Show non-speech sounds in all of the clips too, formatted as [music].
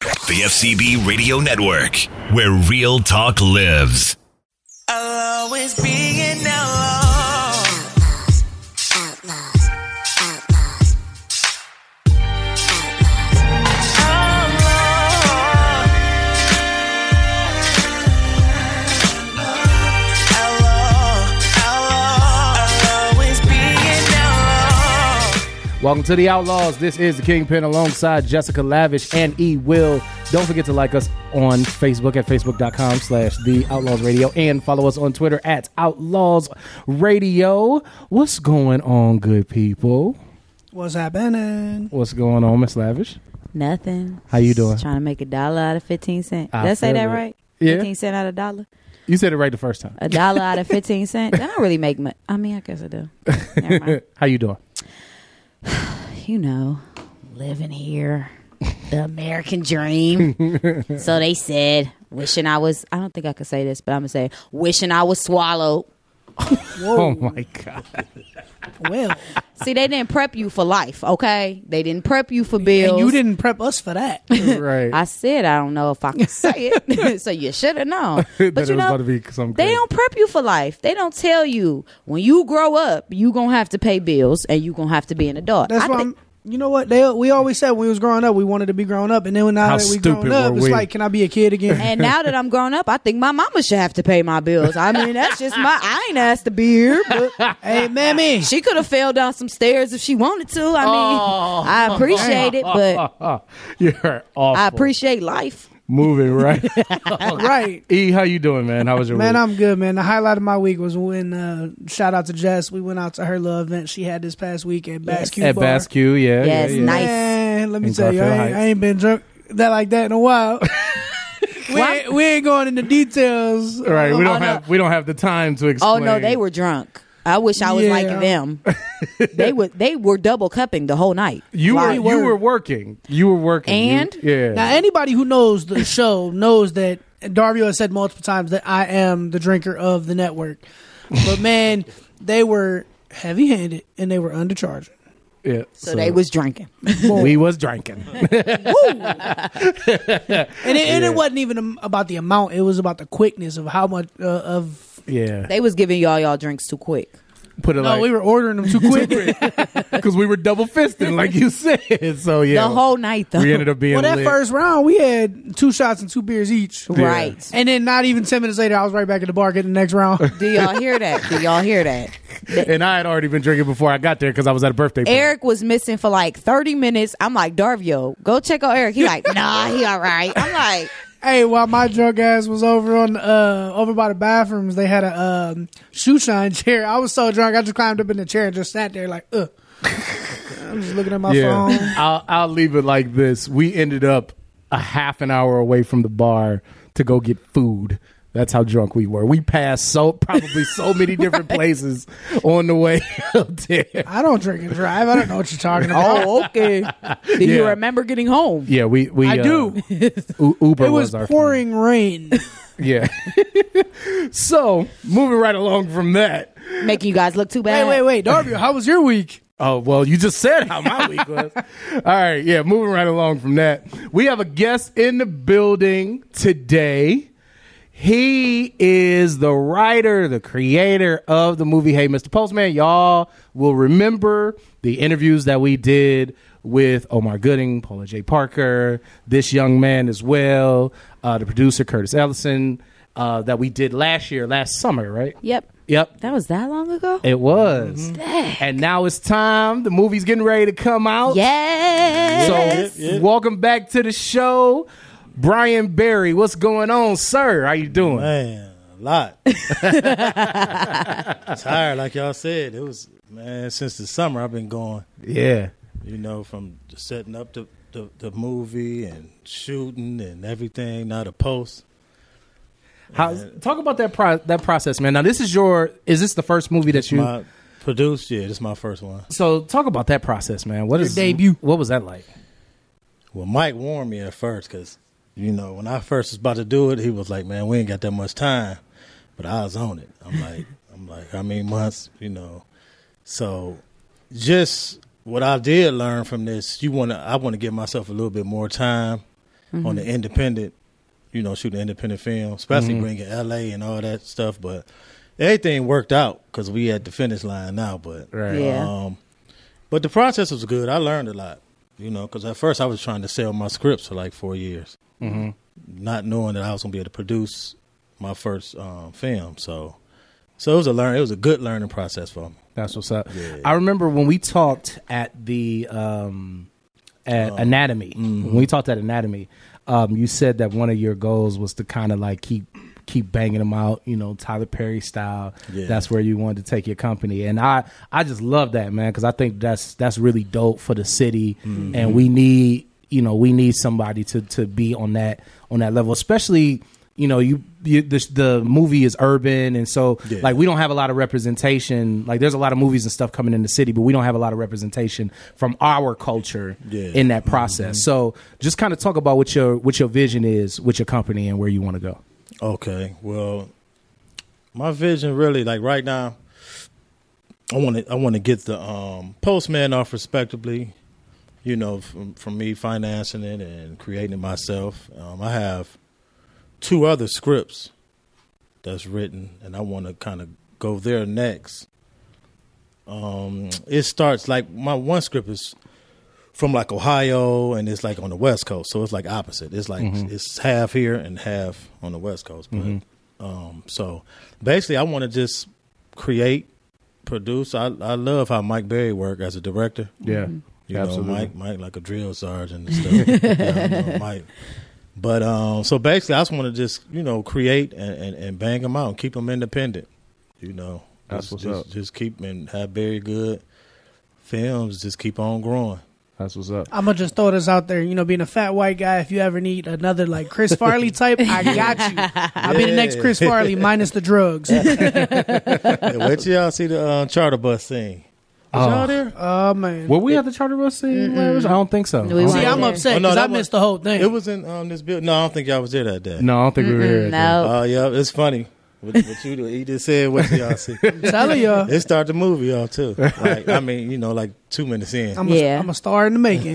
The FCB Radio Network, where real talk lives. I'll always be an outlaw. Outlaw. Outlaw. I'll always be an outlaw. Welcome to the Outlaws. This is the Kingpin alongside Jessica Lavish and E. Will. Don't forget to like us on Facebook at facebook.com slash the Outlaws Radio and follow us on Twitter at Outlaws Radio. What's going on, good people? What's happening? What's going on, Miss Lavish? Nothing. How you doing? Just trying to make a dollar out of fifteen cent. I Did I say feel that it. right? Yeah. Fifteen cent out of dollar. You said it right the first time. A dollar out of fifteen cent. That don't really make much. I mean, I guess I do. Never mind. [laughs] How you doing? [sighs] You know, living here, the American [laughs] dream. so they said, wishing I was. I don't think I could say this, but I'm gonna say, it. wishing I was swallowed. [laughs] Oh my god. Well, See, they didn't prep you for life. Okay, they didn't prep you for bills. and you didn't prep us for that. [laughs] Right. I said I don't know if [laughs] I can say it, [laughs] so you should have known. That But it you was know, about to be something they crazy. don't prep you for life. They don't tell you when you grow up, you gonna have to pay bills and you gonna have to be an adult. That's I why thi- I'm. You know what? They we always said when we was growing up, we wanted to be grown up, and then when now How that we stupid grown up, were it's we? like, can I be a kid again? and now that I'm grown up, I think my mama should have to pay my bills. I mean, that's just my. I ain't asked to be here, but hey, mammy, she could have fell down some stairs if she wanted to. I mean, I appreciate it, [laughs] but You're awful. I appreciate life. moving right. [laughs] right? e, how you doing, man? How was your Man, week? I'm good, man. The highlight of my week was when uh, shout out to Jess. We went out to her little event she had this past week at Yes. Basque at Bar. Bascu, yeah. Yes, yeah, yeah. nice. Man, let me In tell you, I Garfield ain't, I Heights. ain't been drunk that like that in a [laughs] while. we, ain't, we ain't going into details. uh, Right, we Oh, don't no. have we don't have the time to Oh explain. no, they were drunk. I wish I was Yeah. like [laughs] them. they were they were double cupping the whole night. You were Like, you were working. You were working. You- And? yeah. Now, anybody who knows the show knows that Darvio has said multiple times that I am the drinker of the network. But man, they were heavy handed and they were undercharging. yeah. so, they was [laughs] drinking. we was drinking. And it, and it wasn't even am- about the amount, it was about the quickness of how much uh, of. yeah. They was giving y'all y'all drinks too quick. Put it No, like we were ordering [laughs] them too quick. because we were double fisting, like you said. So yeah, The whole night though. we ended up being well, that lit. first round, we had two shots and two beers each. right. And then, not even 10 minutes later, I was right back at the bar getting the next round. [laughs] Do y'all hear that? Do y'all [laughs] hear that? and I had already been drinking before I got there because I was at a birthday. party. Eric was missing for like 30 minutes. I'm like, Darvio, go check on Eric. [laughs] He like, nah, he all right. I'm like, Hey, while my drunk ass was over on uh over by the bathrooms, they had a um shoe shine [laughs] chair. I was so drunk, I just climbed up in the chair and just sat there like, ugh. I'm just looking at my phone. I'll, I'll leave it like this. We ended up a half an hour away from the bar to go get food. That's how drunk we were. We passed so probably [laughs] so many different places on the way up there. I don't drink and drive. I don't know what you're [laughs] talking about. oh, okay. Do you remember getting home? Yeah, we we I uh, do. U- Uber It was our pouring rain. friend. Yeah. [laughs] so moving right along from that. Making you guys look too Hey, bad. wait, wait, Darby, how was your week? Oh well, you just said how my week was. All right, yeah. Moving right along from that, we have a guest in the building today. He is the writer, the creator of the movie Hey Mr. Postman. Y'all will remember the interviews that we did with Omar Gooding, Paula J. Parker, this young man as well, uh, the producer Curtis Ellison uh, that we did last year, last summer, right? Yep. Yep. That was that long ago? It was. Mm-hmm. And now it's time. The movie's getting ready to come out. Yes. So, welcome back to the show. Brian Barry, what's going on, sir? How you doing? Man, a lot. [laughs] Tired, like y'all said. It was man since the summer. I've been going. Yeah. you know, from setting up the the, the movie and shooting and everything. Now the post. How, talk about that pro- that process, man. Now this is your is this the first movie that you my produced? Yeah, this is my first one. So talk about that process, man. What Your is- debut. What was that like? Well, Mike warned me at first because you know when I first was about to do it, he was like, "Man, we ain't got that much time," but I was on it. I'm like, I'm like, how many months? You know, so just what I did learn from this, you want to, I want to give myself a little bit more time on Mhm. the independent, you know, shooting independent film, especially Mhm. bringing L.A. and all that stuff, but. Everything worked out because we at the finish line now, but Right. Yeah. um, but the process was good. I learned a lot, you know, because at first I was trying to sell my scripts for like four years, Mhm. not knowing that I was gonna be able to produce my first um, film. So, so it was a learn. It was a good learning process for me. That's what's up. I remember when we talked at the um, at Anatomy. When we talked at Anatomy, um, you said that one of your goals was to kind of like keep keep banging them out, you know, Tyler Perry style. Yeah. That's where you wanted to take your company, and I I just love that man because I think that's that's really dope for the city, Mhm. and we need you know we need somebody to to be on that on that level, especially. You know, you, you the, the movie is urban, and so Yeah. like we don't have a lot of representation. Like there's a lot of movies and stuff coming in the city, but we don't have a lot of representation from our culture Yeah. in that process. So just kind of talk about what your what your vision is with your company and where you want to go. Okay, well, my vision really like right now, I want to I want to get the um, postman off respectably, you know, from, from me financing it and creating it myself. Um, I have two other scripts that's written, and I want to kind of go there next. Um, it starts like my one script is from like Ohio, and it's like on the West Coast, so it's like opposite. It's like Mm-hmm. Mhm. it's half here and half on the West Coast. But Mhm. Mm-hmm. um, so basically, I want to just create, produce. I I love how Mike Berry worked as a director. Yeah. Mhm. you Absolutely. know Mike Mike like a drill sergeant and stuff. [laughs] Yeah, I know Mike. But um, so basically, I just want to just you know create and, and, and bang them out, keep them independent. You know, That's just, what's just, up. just keep and have very good films. Just keep on growing. That's what's up. I'm gonna just throw this out there. You know, being a fat white guy, if you ever need another like Chris [laughs] Farley type, I got you. I'll be the next Chris Yeah. Oh. Farley minus the [laughs] drugs. Hey, wait till y'all see the uh, charter bus scene. Was y'all there? Oh man. Were we at the charter bus scene? I don't think so. We See, weren't I'm there. upset 'cause I Oh, that missed was- the whole thing. It was in um, this building. No, I don't think y'all was there that day. No, I don't think we were Mm-mm, there that day. no. Oh yeah, it's funny. What, what you do? He just said what y'all see. I'm telling [laughs] y'all. It started the movie y'all too. Like, I mean, you know, like two minutes in. I'm, a, I'm a star in the [laughs] making.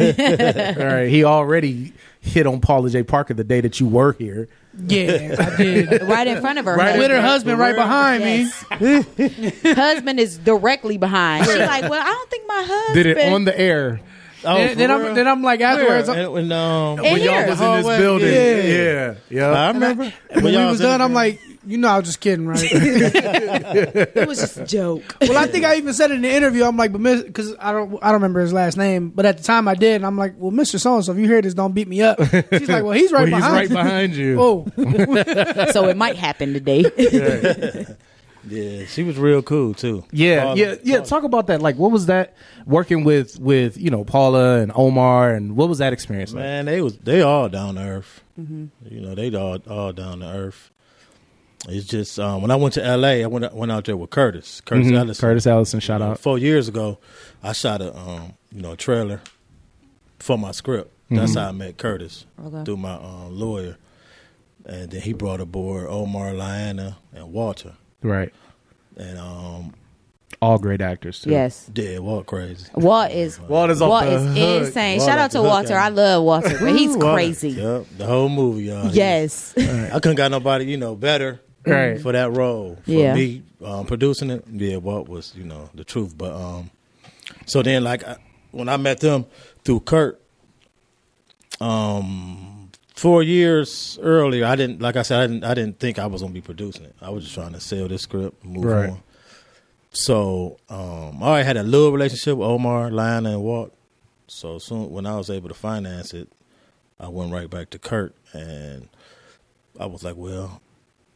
All right, he already hit on Paula J. Parker the day that you were here. Yeah, I did. right in front of her. Right in With her husband right behind me. husband is directly behind. She's like, well, I don't think my husband Did it on the air. Oh, then, then for I'm real? then I'm like afterwards. Where? And when, um, In When y'all here. was in this building. Yeah. Yeah. I remember. When, y'all we was in done, I'm like, you know, I was just [laughs] kidding, right? it was just a joke. Well, I think I even said it in the interview. I'm like, but because I don't, I don't remember his last name, but at the time I did, and I'm like, well, Mr. So and So, if you hear this, don't beat me up. She's like, well, [laughs] he's right Well, he's behind. right behind you. [laughs] Oh, [laughs] so it might happen today. Yeah, she was real cool too. Yeah, Paula- yeah, yeah. Talk about that. Like, what was that working with with you know Paula and Omar, and what was that experience like? Man, they was they all down to earth. Mm-hmm. Mhm. You know, they all all down to earth. It's just um, when I went to L.A., I went went out there with Curtis, Curtis Mhm. Ellison. Curtis Ellison, shout You know, out. Four years ago, I shot a um, you know a trailer for my script. That's Mhm. how I met Curtis Okay. through my um, lawyer, and then he brought aboard Omar, Lyanna, and Walter, Right, and um, all great actors too. [laughs] Yes. yeah, Walt crazy. Walt is Walt is off Walt the is hook. insane. Walt Shout off out the to hook, Walter. ain't I he? love Walter, but he's Woo, Walter. crazy. Yep, the whole movie, y'all. He Yes. I couldn't got nobody, you know, better Right. for that role. For Yeah. me um, producing it, yeah, Walt was, you know, the truth. But um, so then like I, when I met them through Kurt. Um, four years earlier, I didn't like I said I didn't I didn't think I was gonna be producing it. I was just trying to sell this script, move Right. on. So um, I already had a little relationship with Omar, Lana, and Walt. So soon when I was able to finance it, I went right back to Kurt, and I was like, well,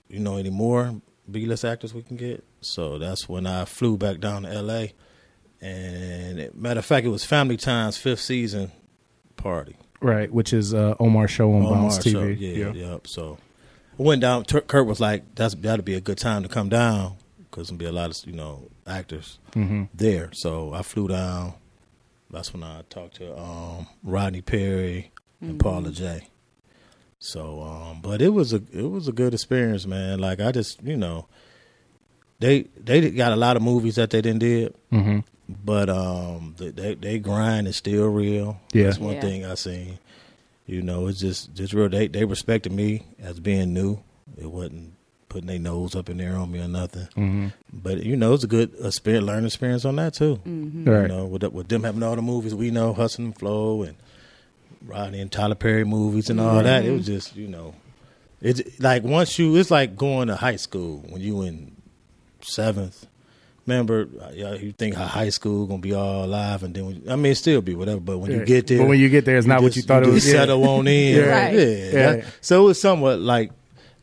you know, any more B list actors we can get? So that's when I flew back down to LA. And it- matter of fact, it was Family Time's fifth season party. Right, which is uh, Omar's show on Omar Bounce TV. show. Yeah, yep. So I went down. Tur- Kurt was like, "That's that'd be a good time to come down because there'll be a lot of you know actors Mhm. there." So I flew down. That's when I talked to um, Rodney Perry and Mhm. Paula J. So, um, but it was a it was a good experience, man. Like I just you know, they they got a lot of movies that they didn't did, Mhm. but um, they, they they grind is still real. Yeah. that's one Yeah. thing I seen. You know, it's just just real. They they respected me as being new. It wasn't putting their nose up in there on me or nothing. Mhm. But you know, it's a good uh, spirit learning experience on that too. Mhm. You Right. know, with the- with them having all the movies we know, Hustle and Flow and Rodney and Tyler Perry movies and all that. It was Mhm. just you know, it's like once you, it's like going to high school when you in seventh. Remember, uh, yeah, you think how high school gonna be all live, and then when, I mean, it still be whatever. But when Yeah. you get there, But when you get there, it's not what you thought it just was. Yeah. [laughs] Settle on in, Yeah. Right. yeah. Yeah. that- so it's somewhat like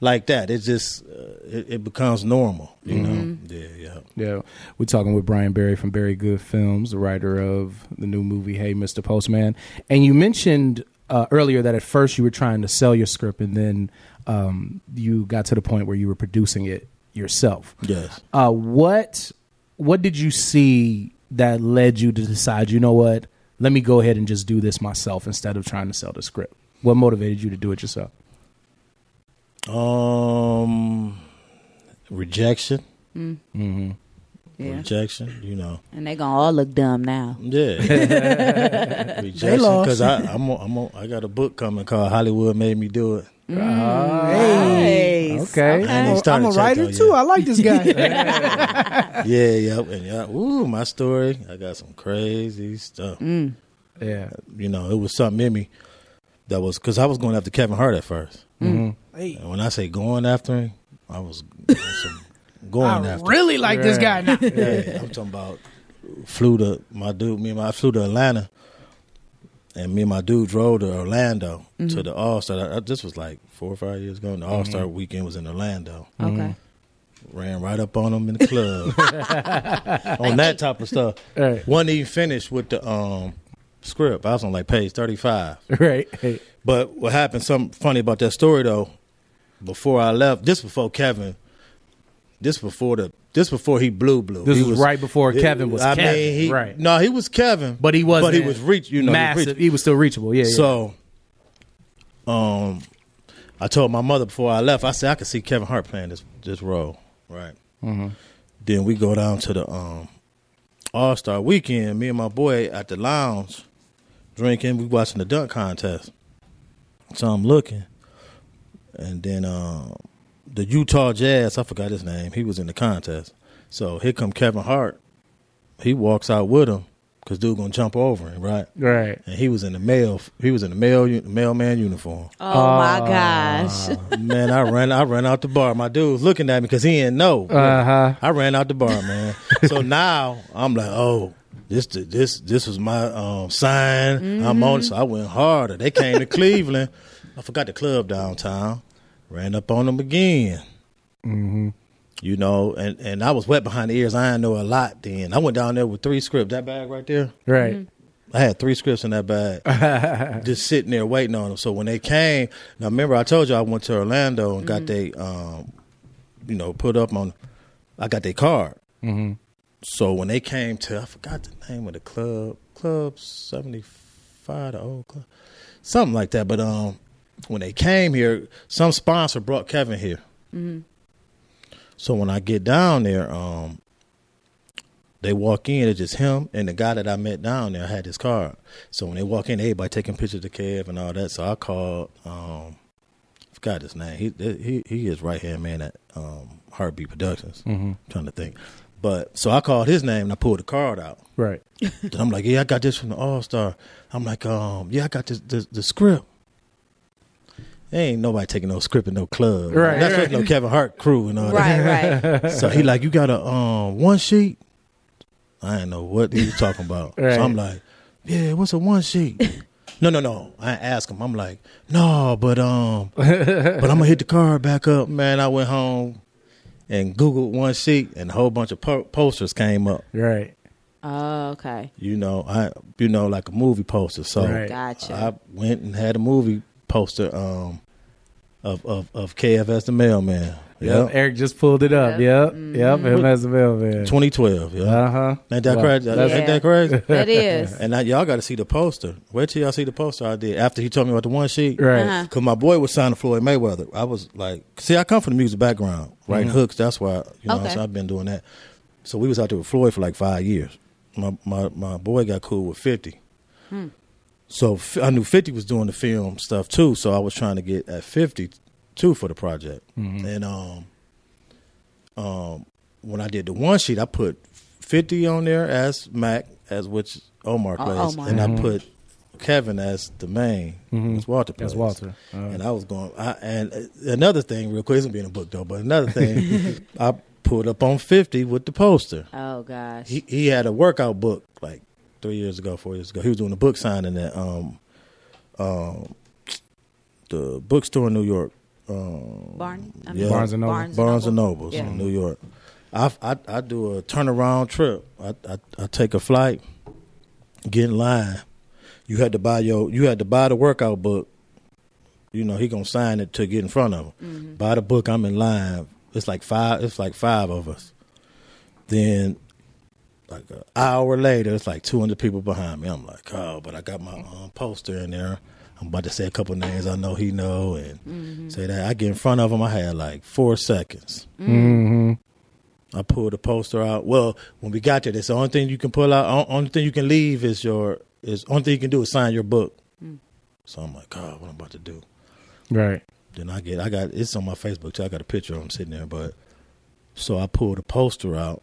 like that. It just uh, it, it becomes normal, you know. Mm-hmm. Yeah, yeah. Yeah, we're talking with Brian Barry from Barry Good Films, the writer of the new movie Hey, Mr. Postman. And you mentioned uh, earlier that at first you were trying to sell your script, and then um, you got to the point where you were producing it yourself. Yes. Uh, what What did you see that led you to decide? You know what? Let me go ahead and just do this myself instead of trying to sell the script. What motivated you to do it yourself? Um, rejection. Mm. Mm-hmm. Yeah. Rejection. You know. And they gonna all look dumb now. [laughs] Yeah. They rejection lost. because I I'm on, I'm on, I got a book coming called Hollywood Made Me Do It. Hey. Nice. Okay. I I'm ain't a- started I'm a check writer though too. I like this [laughs] guy. yeah, yep, and yeah. Ooh, my story. I got some crazy stuff. Mm. Yeah, you know, it was something in me that was because I was going after Kevin Hart at 1st Mm. Mhm. Hey. And when I say going after him, I was [laughs] some going I after. really like this guy now. yeah, [laughs] I'm talking about flew to my dude. Me and my I flew to Atlanta, and me and my dude drove to Orlando Mhm. to the All Star. This was like four or five years ago. And the All Star Mhm. weekend was in Orlando. Mm-hmm. Okay. Ran right up on him in the club on that type of stuff. Right. Wasn't even finished with the um, script. I was on like page thirty five. Right. But what happened? Something funny about that story though. Before I left, this before Kevin, this before the this before he blew blew. This He was right before Kevin was I Kevin, mean, he, right. No, he was Kevin, But he wasn't. But he was reach. You know, he massive. reached- He was still reachable. Yeah. yeah. So, um, I told my mother before I left. I said I could see Kevin Hart playing this this role. Right. Mhm. Then we go down to the um, All Star Weekend. Me and my boy at the lounge drinking. We watching the dunk contest. So I'm looking, and then um, the Utah Jazz. I forgot his name. He was in the contest. So here come Kevin Hart. He walks out with him because dude gonna jump over him, right? Right. And he was in the mail. He was in the mail mailman uniform. Oh Ah. my [laughs] gosh. Man, I ran. I ran out the bar. My dude was looking at me because he didn't know. Uh-huh. I ran out the bar, man. [laughs] so now I'm like, oh, this this this was my um, sign. I'm on. it. So I went harder. They came to Cleveland. I forgot the club downtown. Ran up on them again. Mm-hmm. You know, and and I was wet behind the ears. I didn't know a lot then. I went down there with three scripts. That bag right there. Right. I had three scripts in that bag, just sitting there waiting on them. So when they came, now remember I told you I went to Orlando and got they, um, you know, put up on. I got their card. Mm-hmm. So when they came to, I forgot the name of the club, Club Seventy Five, the old club, something like that. But um, when they came here, some sponsor brought Kevin here. Mm-hmm. So when I get down there, um, they walk in. It's just him and the guy that I met down there had his card. So when they walk in, everybody taking pictures of Kev and all that. So I called. Um, forgot his name. He he he is right hand man at um, Heartbeat Productions. Mhm. trying to think, But so I called his name and I pulled the card out. Right. And I'm like, yeah, I got this from the All Star. I'm like, um, yeah, I got this, this the script. Ain't nobody taking no script in no club. Right, That's right. no Kevin Hart crew and all [laughs] that. Right, right. so he like, you got a um one sheet. I didn't know what he was talking about. Right. So I'm like, yeah, what's a one sheet? no, no, no. I asked him. I'm like, no, but um, but I'm gonna hit the card back up, man. I went home and googled one sheet, and a whole bunch of po- posters came up. Right. Oh, okay. You know, I you know like a movie poster. So Right. Gotcha. I went and had a movie poster um of of, of KFS the Mailman. Yep. Eric just pulled it up. Yep. Mm-hmm. Yep. Him as a mailman. 2012. Yeah. Uh huh. Ain't that crazy? Ain't that crazy? That is. And I, y'all got to see the poster. Wait till y'all see the poster I did after he told me about the one sheet. Right. Uh-huh. Because my boy was signing Floyd Mayweather. I was like, see, I come from the music background, right? Mhm. Hooks. That's why you know. Okay. So I've been doing that. So we was out there with Floyd for like five years. My my my boy got cool with Fifty. Hmm. So f- I knew Fifty was doing the film stuff too. So I was trying to get at Fifty too for the project. And um, um, when I did the one sheet, I put Fifty on there as Mac, as which Omar Oh, plays, Omar. and Mhm. I put Kevin as the main, Mhm. as Walter plays. As Walter. Oh. And I was going. I, and uh, another thing, real quick, it's gonna be in the book though. But another thing, I pulled up on Fifty with the poster. Oh gosh. He he had a workout book like three years ago, four years ago. He was doing a book signing at um, um, the bookstore in New York. Um, Barn- I mean, yeah, Barnes and Noble. Barnes and Barnes and Noble. Nobles Yeah. in New York. I, I I do a turnaround trip. I, I I take a flight, get in line. You had to buy your you had to buy the workout book. You know he gonna sign it to get in front of him. Mm-hmm. Buy the book. I'm in line. It's like five. It's like five of us. Then like an hour later, it's like 200 people behind me. I'm like, oh, but I got my um, poster in there. I'm about to say a couple names I know he know and say that. I get in front of him. I had like four seconds. Mm-hmm. I pulled the poster out. Well, when we got there, that's the only thing you can pull out. on- Only thing you can leave is your is only thing you can do is sign your book. So I'm like, God, what I'm about to do? Right. Then I get I got it's on my Facebook too. I got a picture of him sitting there, but so I pulled the poster out.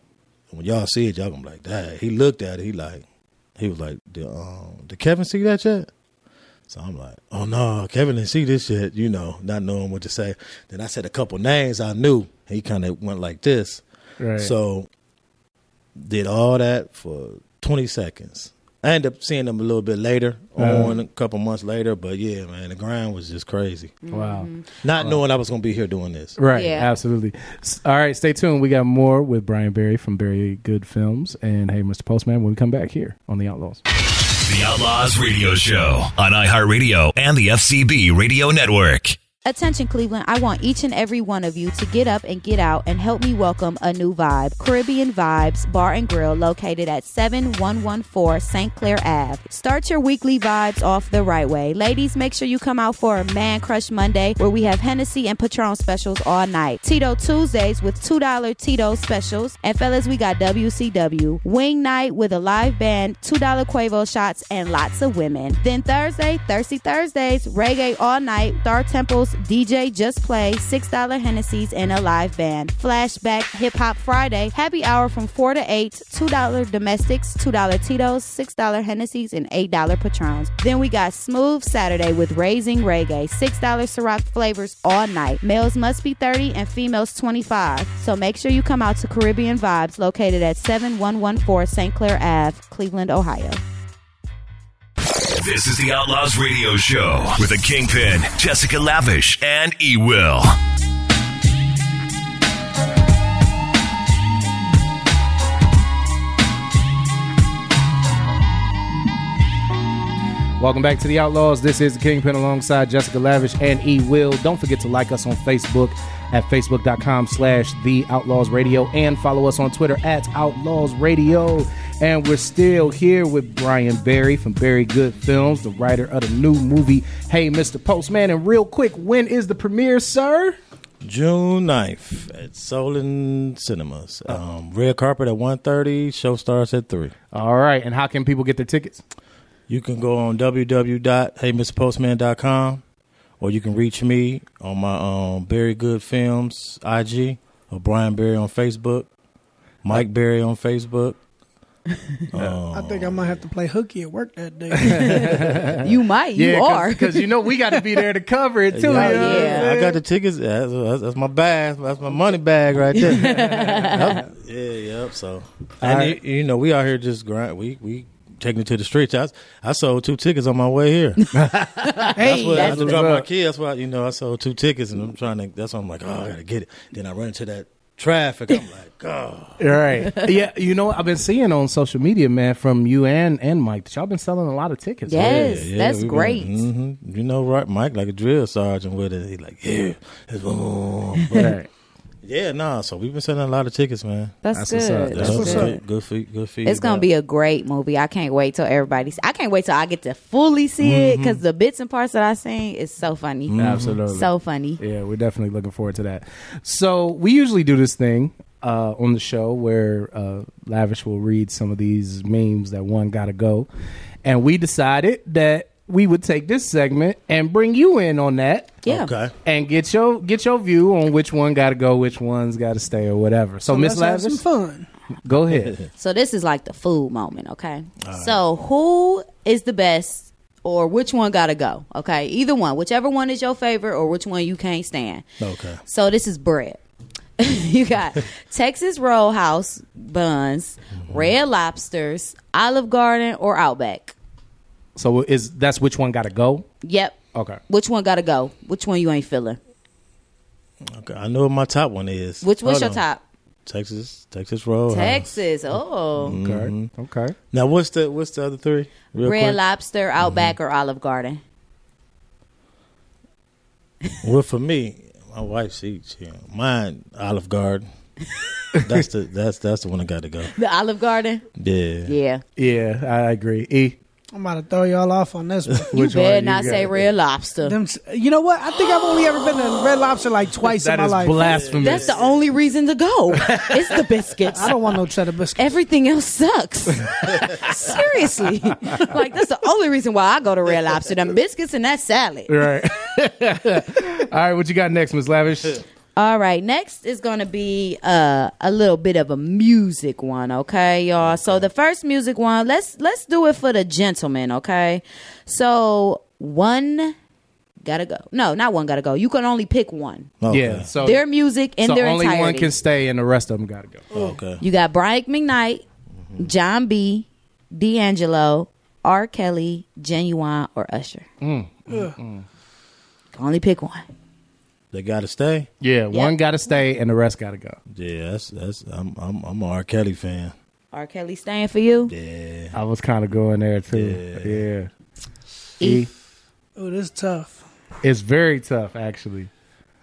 When y'all see it, y'all gonna be like, "Dad." He looked at it. He like, he was like, "Did, um, did Kevin see that yet?" So I'm like, "Oh no, Kevin didn't see this yet." You know, not knowing what to say. Then I said a couple names I knew. He kind of went like this. Right. So did all that for 20 seconds. I ended up seeing them a little bit later, Uh-huh. on a couple months later. But yeah, man, the grind was just crazy. Wow. Not knowing I was gonna be here doing this. Right. Mm-hmm. Yeah. Absolutely. S- All right. Stay tuned. We got more with Brian Barry from Barry Good Films and Hey, Mr. Postman when we come back here on The Outlaws. The Outlaws Radio Show on iHeartRadio and the FCB Radio Network. Attention, Cleveland. I want each and every one of you to get up and get out and help me welcome a new vibe Caribbean Vibes Bar and Grill, located at 7114 St. Clair Ave. Start your weekly vibes off the right way. Ladies, make sure you come out for a Man Crush Monday where we have Hennessy and Patron specials all night. Tito Tuesdays with $2 Tito specials. And fellas, we got WCW, Wing Night with a live band, $2 Quavo shots, and lots of women. Then Thursday, Thirsty Thursdays, reggae all night, Star Temples, DJ Just Play, $6 Hennessy's, and a live band. Flashback Hip Hop Friday, happy hour from 4 to 8, $2 domestics, $2 Tito's, $6 Hennessy's, and $8 Patrons. Then we got Smooth Saturday with Raising Reggae, $6 Ciroc flavors all night. Males must be 30 and females 25. So make sure you come out to Caribbean Vibes, located at 7114 St. Clair Ave, Cleveland, Ohio. This is the Outlaws Radio Show with a kingpin, Jessica Lavish, and E Will. Welcome back to the Outlaws. This is the Kingpin alongside Jessica Lavish and E Will. Don't forget to like us on Facebook at facebook.com slash the Outlaws Radio and follow us on Twitter at Outlaws Radio. And we're still here with Brian Barry from Barry Good Films, the writer of the new movie, Hey Mr. Postman. And real quick, when is the premiere, sir? June 9th at Solon Cinemas. Um, red carpet at 1.30, show starts at 3. All right, and how can people get their tickets? You can go on www.heymrpostman.com or you can reach me on my um, Barry Good Films IG or Brian Barry on Facebook. Mike Berry on Facebook. I think I might have to play hooky at work that day. You might. You Yeah, 'cause- are. 'cause you know we gotta be there to cover [laughs] it, too, you know? [laughs] yeah. I got the tickets. Yeah, That's, that's- that's my bag. That's my money bag right there. Yep. yeah, yep. So, and right. you, you know, we out here just grind. We we taking it to the streets. I I sold two tickets on my way here. that's what I had to what's drop my up. kids. That's why you know I sold two tickets, and I'm trying to. That's why I'm like, oh, I gotta get it. Then I run into that traffic. I'm like, oh, All right. Yeah, you know what I've been seeing on social media, man, from Um, you and and Mike that y'all been selling a lot of tickets. man. Yes, that's great. hmm You know, right, Mike, like a drill sergeant with it. He like, yeah, it's boom. boom." Right. Yeah, nah. So we've been selling a lot of tickets, man. That's That's what's up. good. Uh, That's what's good. up. Good feed. Good feed. It's gonna be a great movie. I can't wait till everybody. See, I can't wait till I get to fully see it Mhm. because the bits and parts that I seen is so funny. Absolutely. so funny. Yeah, we're definitely looking forward to that. So we usually do this thing uh, on the show where uh, Lavish will read some of these memes that one gotta go, and we decided that we would take this segment and bring you in on that. Yeah. Okay. And get your get your view on which one gotta go, which one's gotta stay, or whatever. So, Miss let's have Lavish, some fun. [laughs] Go ahead. So this is like the food moment, okay? So who is the best or which one gotta go? Okay. Either one. Whichever one is your favorite or which one you can't stand. Okay. So this is bread. [laughs] you [laughs] got Texas Roadhouse buns, red lobsters, Olive Garden, or Outback. so is that's which one gotta go? Yep. Okay. Which one gotta go? Which one you ain't feeling? Okay, I know what my top one is. Which what's Hold your on. top? Texas, Texas Road. Texas. Mm-hmm. Oh. Okay. Now what's the what's the other three? Real Red quick. lobster, Mm-hmm. Outback, or Olive Garden. Well, for me, my wife she, she mine [laughs] Olive Garden. that's the that's that's the one I got to go. The Olive Garden? Yeah. Yeah. Yeah, I agree. E. I'm about to throw y'all off on this [laughs] one. You better not say red lobster. Them, you know what? I think I've only ever been to Red Lobster like twice That in my is life. blasphemous. That's the only reason to [laughs] go. It's the biscuits. I don't want no cheddar biscuits. Everything else [laughs] sucks. Seriously. Like that's the only reason why I go to Red Lobster. Them biscuits and that salad. Right. All right, [laughs] what you got next, Miss [laughs] Lavish? All right, next is going to be uh, a little bit of a music one, okay, y'all. So the first music one, let's let's do it for the gentlemen, okay? So one gotta go. No, not one gotta go. You can only pick one. Yeah. So Their music in so their only one entirety. can stay, and the rest of them gotta go. Okay. You got Brian McKnight, Mm-hmm. John B, D'Angelo, R. Kelly, Genuine, or Usher. Mm. Can Only pick one. They got to stay. Yeah, one gotta stay, and the rest gotta go. Yeah, that's that's I'm I'm I'm a R. Kelly fan. R. Kelly staying for you. Yeah. I was kind of going there too. Yeah. E. Oh, this is tough. It's very tough, actually,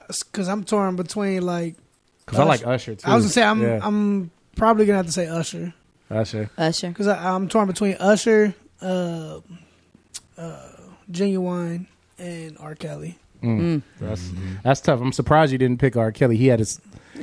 Because I'm torn between like. because I like Usher too. I was gonna say I'm Yeah, I'm probably gonna have to say Usher Usher. Usher. because I'm torn between Usher, uh, uh, Genuine, and R. Kelly. Mm. That's that's tough. I'm surprised you didn't pick R. Kelly. He had his,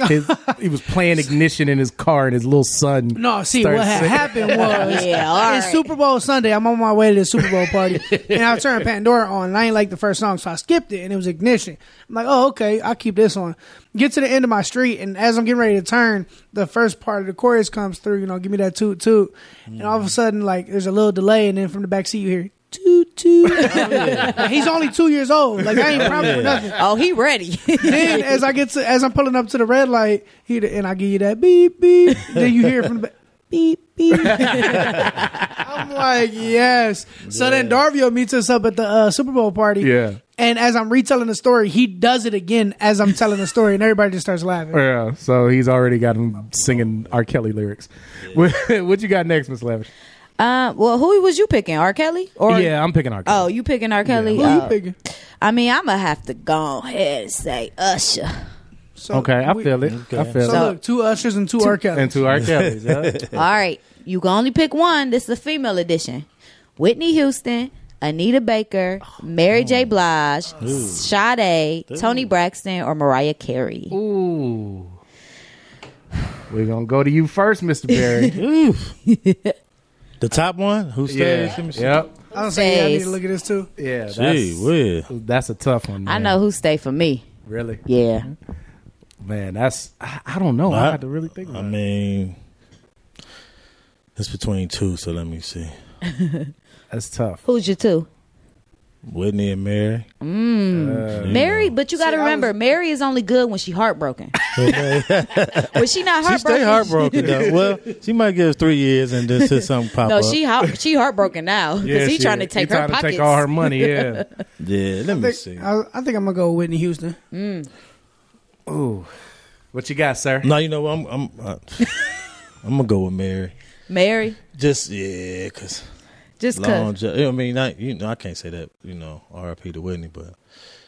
his he was [laughs] playing ignition in his car, and his little son. No, see started what had singing. happened was Yeah, all it's right. Super Bowl Sunday. I'm on my way to the Super Bowl party, and I turned Pandora on. And I ain't like the first song, so I skipped it, and it was Ignition. I'm like, oh okay, I'll keep this on. Get to the end of my street, and as I'm getting ready to turn, the first part of the chorus comes through. You know, give me that toot toot, and all of a sudden, like there's a little delay, and then from the back seat you hear toot toot. Like, He's only two years old. Like I ain't promised for nothing Oh, he ready. then as I get to as I'm pulling up to the red light, he and I give you that beep beep. Then you hear it from the back, beep [laughs] beep. I'm like, yes. So then Darvio meets us up at the uh, Super Bowl party. Yeah. And as I'm retelling the story, he does it again as I'm telling the story, and everybody just starts laughing. Yeah, so he's already got him singing R. Kelly lyrics. What, [laughs] what you got next, Miss Lavish? Uh, well, who was you picking? R. Kelly? Or yeah, I'm picking R. Kelly. Oh, you picking R. Kelly? Who you Oh. I mean, I'm gonna have to go ahead and say Usher. So Oh, okay, I we- feel it. I So feel it. look, two ushers and two, R. Kellys. and two [laughs] R. Kellys. yeah. [laughs] All right, you can only pick one. This is the female edition. Whitney Houston, Anita Baker, Mary J. Blige, Sade, Tony Braxton, or Mariah Carey. Ooh. We're gonna go to you first, [laughs] Mr. Barry. The top one who stays? yeah. Let me see. Yep. I don't say yeah, I need Face. to look at this too. Yeah. Gee, That's, where? that's a tough one. Man. I know who stayed for me. Really, Yeah, man. That's I, I don't know. I, I- had to really think. I About it. mean, It's between two, so let me see. That's tough. Who's your two? Whitney and Mary. Mm. Uh, Mary, but you got to remember, Mary is only good when she heartbroken. when she not She heartbroken, stay heartbroken though. [laughs] Well, she might give us three years and then see something pop no, up. she heart, she heartbroken now because Yeah, he she trying to is. take He her trying to pockets. take all [laughs] her money, yeah. Yeah, let I me think, see. I, I think I'm gonna go with Whitney Houston. Ooh, what you got, sir? No, you know what? I'm I'm uh, I'm gonna go with Mary. Mary, Just yeah, cause Just 'cause. longe- I mean, I you know I can't say that you know R.I.P. to Whitney, but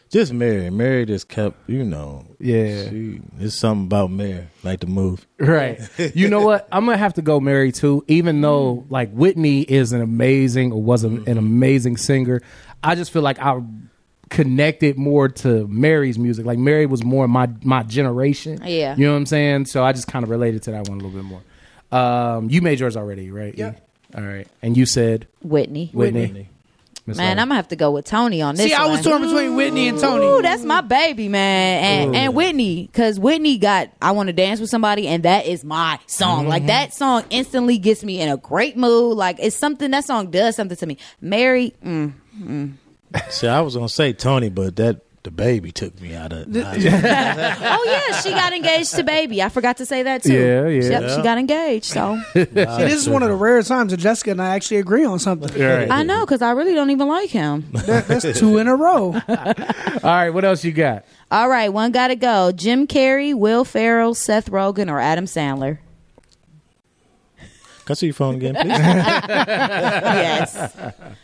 just Mary. Mary just kept you know Yeah. She, it's something about Mary like the move. Right. You know what? I'm gonna have to go Mary too, even though like Whitney is an amazing or was an, an amazing singer. I just feel like I connected more to Mary's music. Like Mary was more my my generation. Yeah. You know what I'm saying? So I just kind of related to that one a little bit more. Um, you made yours already, right? Yeah. All right. And you said Whitney. Whitney. Whitney. Miss man, Lana. I'm gonna have to go with Tony on this. See, I was one. torn between Whitney and Tony. Ooh, that's my baby, man, and, Ooh. and Whitney, because Whitney got "I Want to Dance with Somebody," and that is my song. Like Mhm. that song instantly gets me in a great mood. Like it's something that song does something to me. Mary, mm, mm. See, I was gonna say Tony, but that the baby took me out of. out oh of- yeah, she got engaged to baby. I forgot to say that too. Yeah, yeah. Yep, she Yeah. got engaged. So See, this is one of the rare times that Jessica and I actually agree on something. I know because I really don't even like him. That- that's two in a [laughs] row. All right. What else you got? All right, one gotta go. Jim Carrey, Will Ferrell, Seth Rogen, or Adam [laughs] Sandler. Can I see your phone again, please? [laughs] yes.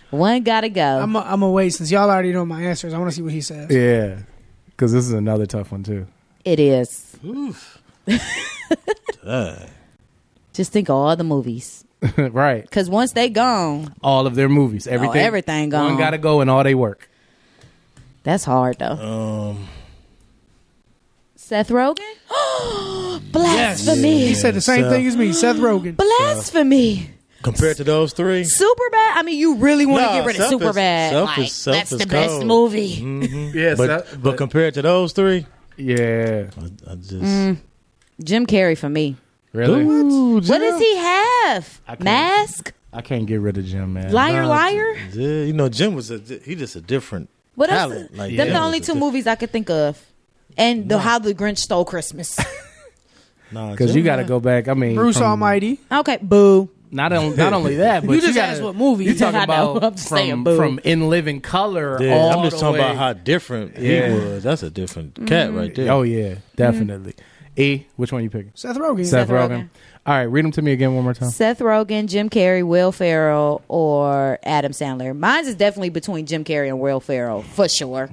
One gotta go. I'm a, I'm a wait since y'all already know my answers. I want to see what he says. Yeah. Because this is another tough one too. It is. Dang. Just think of all the movies. [laughs] right. Because once they gone, All of their movies, Oh, everything, everything gone. One gotta go, and all they work. That's hard though. Um, Seth Rogen? [gasps] Blasphemy. He said the same So- thing as me, Seth Rogen. Blasphemy. Compared to those three, Super bad. I mean, you really want to Nah, get rid of Self is- Super bad. Self is- like, Self that's is the best cold. movie. Mhm. Yes, but, that- but compared to those three, yeah, I, I just Mm. Jim Carrey for me. Really? What does he have? Mask? I can't get rid of Jim, man. Liar, liar? Yeah, you know Jim was a he just a different What else? talent. Them Jim the was only a two diff- movies I could think of. And the How the Grinch Stole [laughs] Christmas. Nah, Because Jim you got to was- go back. I mean, Bruce from- Almighty. Okay, boo. Not on, not only [laughs] that, but You just gotta, asked what movie. you talking I know, [laughs] about I'm from just saying, boo. from In Living Color. Yeah, all I'm just the talking way- about how different Yeah. he was. That's a different Mm-hmm. cat right there. Oh yeah, definitely. E, which one you picking? Seth Rogen. Seth Seth, Rogen. Rogen. All right, read them to me again one more time. Seth Rogen, Jim Carrey, Will Ferrell, or Adam Sandler. Mine's is definitely between Jim Carrey and Will Ferrell for sure.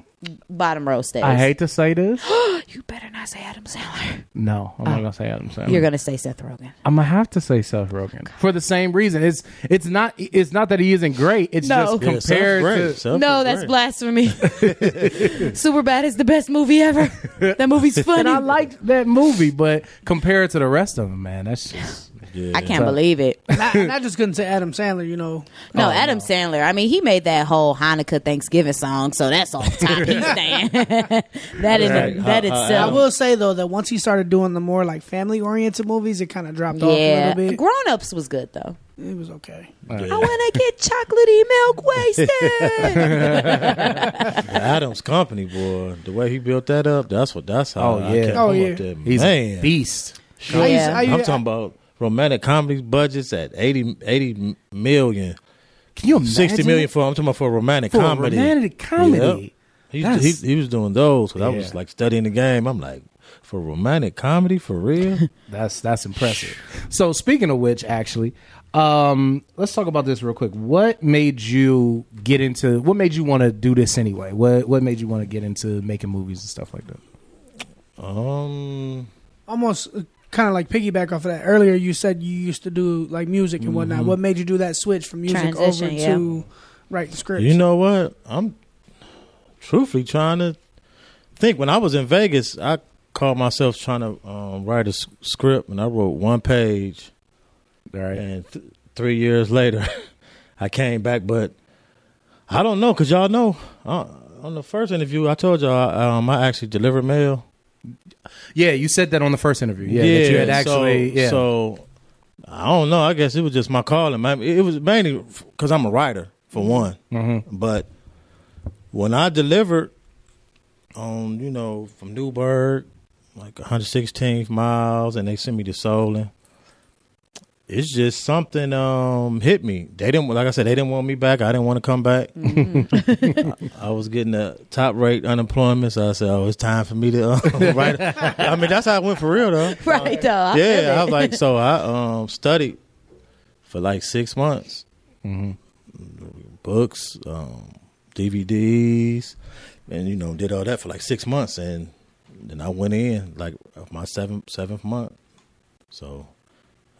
Bottom row stays. I hate to say this. [gasps] you better not say Adam Sandler. No, I'm not gonna say Adam Sandler. You're gonna say Seth Rogen. I'm gonna have to say Seth Rogen for the same reason. It's it's not it's not that he isn't great. It's No. just Yeah, Seth's compared great. to Seth no, that's [laughs] blasphemy. Superbad is the best movie ever. That movie's funny. And I liked that movie, but compared to the rest of them, man, that's just. I can't believe it. And I, and I just couldn't say Adam Sandler. You know, No, Adam Sandler. I mean, he made that whole Hanukkah Thanksgiving song, so that's off top. [laughs] He's staying. [laughs] that is Right. Uh, a, that I itself. will say though that once he started doing the more like family oriented movies, it kind of dropped off a yeah, little bit. Grown Ups was good though. It was okay. Oh, I want to get chocolatey milk wasted. The Adams Company boy, the way he built that up, that's what that's how. Oh, I yeah. kept Oh, him yeah. Up there. He's a Man. beast. I'm, I used- I I'm used- talking about romantic comedy budgets at 80, 80 million. Can you Sixty imagine? million for I'm talking about for a romantic For a comedy. romantic comedy. Yep. He, That's- he, he was doing those because I was Yeah. like studying the game. I'm like, for romantic comedy, for real. [laughs] That's that's impressive. So speaking of which, actually, um, let's talk about this real quick. What made you get into? What made you want to do this anyway? What what made you want to get into making movies and stuff like that? Um, Almost kind of like piggyback off of that. Earlier, you said you used to do like music and whatnot. Mhm. What made you do that switch from music Transition, over yeah. to writing scripts? You know what? I'm truthfully trying to think. When I was in Vegas, I called myself trying to um, write a s- script, and I wrote one page. Right. And th- three years later, [laughs] I came back, but I don't know because y'all know uh, on the first interview I told y'all I, um, I actually delivered mail. Yeah, you said that on the first interview. Yeah, that you had so- actually. yeah. So I don't know. I guess it was just my calling. man. It it was mainly because I'm a writer for Mm-hmm. one. But when I delivered on, you know, from Newburgh, like 116th miles, and they sent me to Solon, it's just something um hit me. They didn't, like I said, they didn't want me back. I didn't want to come back. Mm-hmm. [laughs] I, I was getting a top rate unemployment, so I said, "Oh, it's time for me to um, [laughs] write." I mean, that's how it went for real, though [laughs] Right, though. I yeah, feel it. I was like, [laughs] so I um studied for like six months, Mm-hmm. books, um, DVDs, and you know did all that for like six months, and then I went in like of my seventh seventh month, so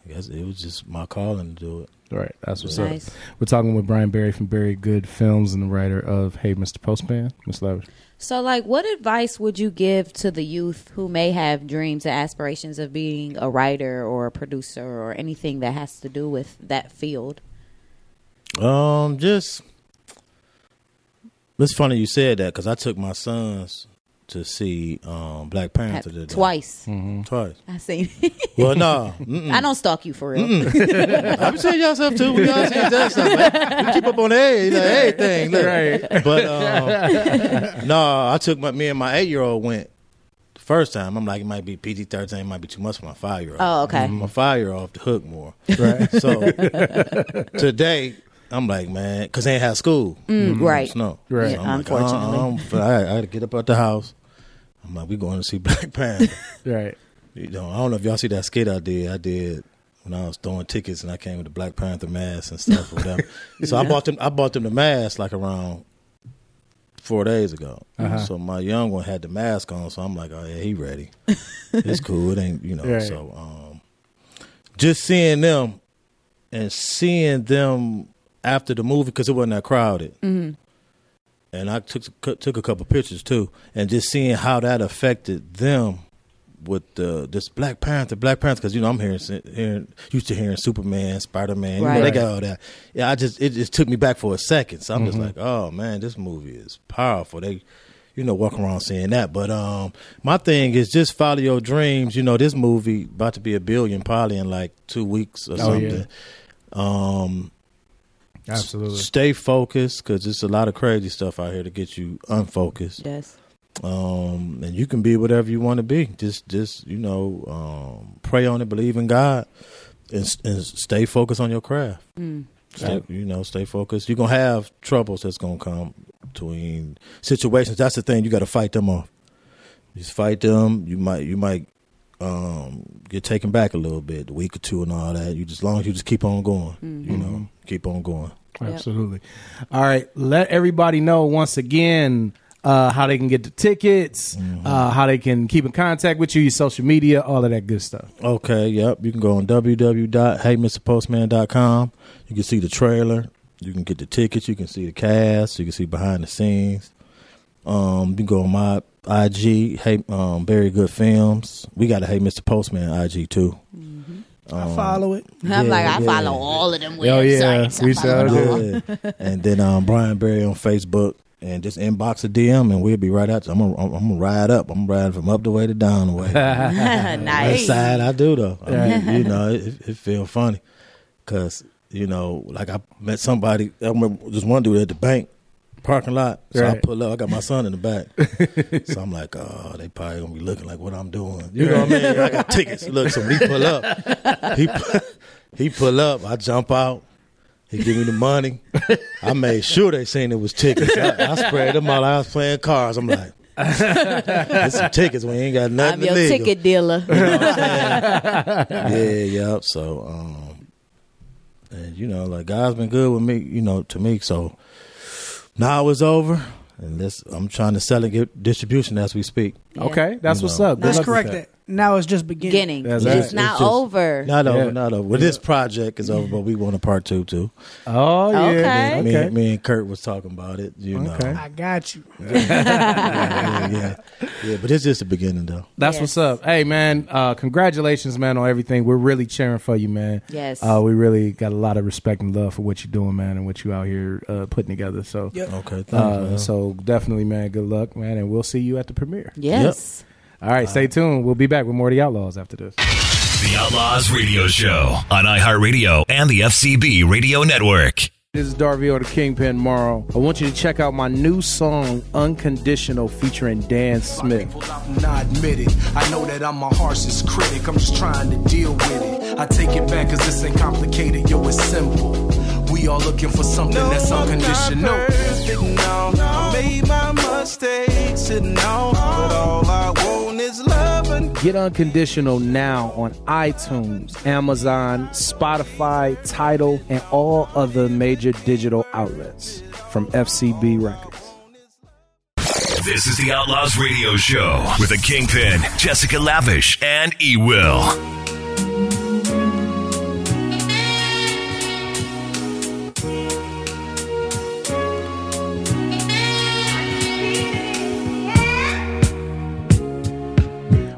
I guess it was just my calling to do it. Right, that's what's Nice. up. We're talking with Brian Barry from Barry Good Films and the writer of Hey, Mr. Postman, Miss Lavish. So, like, what advice would you give to the youth who may have dreams and aspirations of being a writer or a producer or anything that has to do with that field? Um, just it's funny you said that because I took my sons to see um Black Panther today. Mm-hmm. Twice. Hmm. Twice. I [laughs] seen. Well, no, mm-mm. I don't stalk you for real. Hmm. Mm-mm. I'm saying y'all stuff too. We all saying y'all stuff. man. We keep up on every, like, everything. Look. Right. But um, no, I took my me and my eight year old went the first time. I'm like, it might be PG thirteen, might be too much for my five year old. Oh, okay. My five year old off the hook more. Right. So today. I'm like, man, because they ain't have school. Mm, right. Snow. Right. So I'm like, uh-uh, Unfortunately. I'm- but I, I had to get up out the house. I'm like, we going to see Black Panther. Right. You know, I don't know if y'all see that skit I did. I did when I was throwing tickets and I came with the Black Panther mask and stuff. or whatever. so I bought them. I bought them the mask like around four days ago. So my young one had the mask on. So I'm like, oh yeah, he ready. it's cool. It ain't you know. Right. So um, just seeing them and seeing them after the movie because it wasn't that crowded. And I took took a couple pictures too, and just seeing how that affected them with the this Black Panther, Black Panther, because you know I'm hearing, hearing used to hearing Superman, Spider Man, you know, they Right. got all that. Yeah, I just it just took me back for a second, so I'm Mm-hmm. just like, oh man, this movie is powerful. They, you know, walk around saying that, but um, my thing is just follow your dreams. You know, this movie about to be a billion probably in like two weeks or Oh, yeah. something. Um, Absolutely. stay focused because it's a lot of crazy stuff out here to get you unfocused Yes. um, and you can be whatever you want to be. Just, just you know, um, pray on it, believe in God, and, s- and stay focused on your craft. Stay- You know, stay focused. You're gonna have troubles that's gonna come between situations. That's the thing. You got to fight them off. Just fight them. You might, you might um, get taken back a little bit, a week or two, and all that. You just, as long as you just keep on going. You know, keep on going. Absolutely. All right. Let everybody know once again uh, how they can get the tickets, uh, how they can keep in contact with you, your social media, all of that good stuff. Okay, yep. You can go on www.heymrpostman.com. You can see the trailer. You can get the tickets. You can see the cast. You can see behind the scenes. Um, you can go on my IG, Hey um, Very Good Films. We got a Hey Mr. Postman IG too. I follow it. I'm Yeah, like, I yeah. follow all of them Oh, yeah. websites. We I follow should. them all. Yeah. [laughs] and then um, Brian Berry on Facebook. And just inbox a DM and we'll be right out. I'm gonna I'm gonna ride up. I'm riding from up the way to down the way. That nice. side I do though. I mean, you know, it, it feel funny because you know, like I met somebody. I remember this one dude at the bank parking lot. So I Right. pull up. I got my son in the back, so I'm like, oh, they probably gonna be looking like what I'm doing. You know what I mean? [laughs] I got tickets. Look, so he pull up. He pu- he pull up. I jump out. He give me the money. I made sure they seen it was tickets. I, I spread them out. I was playing cards. I'm like, it's some tickets. We ain't got nothing I'm your illegal. ticket dealer. [laughs] [laughs] yeah, yep. So, um, and you know, like God's been good with me, you know, to me. So now it's over, and this I'm trying to sell and get distribution as we speak. Okay. That's what's No. up. Good Let's luck with correct that. that. Now it's just Beginning. beginning. That's It's right. not It's just- over. Not Yeah. over, not over. Well, this project is over, but we want a part two too. Oh, yeah. Uh, Okay. Okay. Me, me and Kurt was talking about it. You know, Okay. I got you. yeah, yeah, [laughs] yeah. But it's just the beginning, though. That's Yes. what's up. Hey, man, uh, congratulations, man, on everything. We're really cheering for you, man. Yes. Uh, we really got a lot of respect and love for what you're doing, man, and what you out here uh, putting together. So, Yep. Okay, thanks, uh, man. so definitely, man, good luck, man, and we'll see you at the premiere. yes. All right, stay tuned. We'll be back with more of the Outlaws after this. The Outlaws Radio Show on iHeartRadio and the FCB Radio Network. This is Darvio the Kingpin Morrow. I want you to check out my new song, Unconditional, featuring Dan Smith. not admit it. I know that I'm my harshest critic. I'm just trying to deal with it. I take it back cause this ain't complicated, yo, it's simple. We all looking for something that's unconditional. perfect, no. I made my mistakes and all, but all I want is love and Get Unconditional now on iTunes, Amazon, Spotify, Tidal, and all other major digital outlets from FCB Records. This is the Outlaws Radio Show with the Kingpin, Jessica Lavish, and E Will.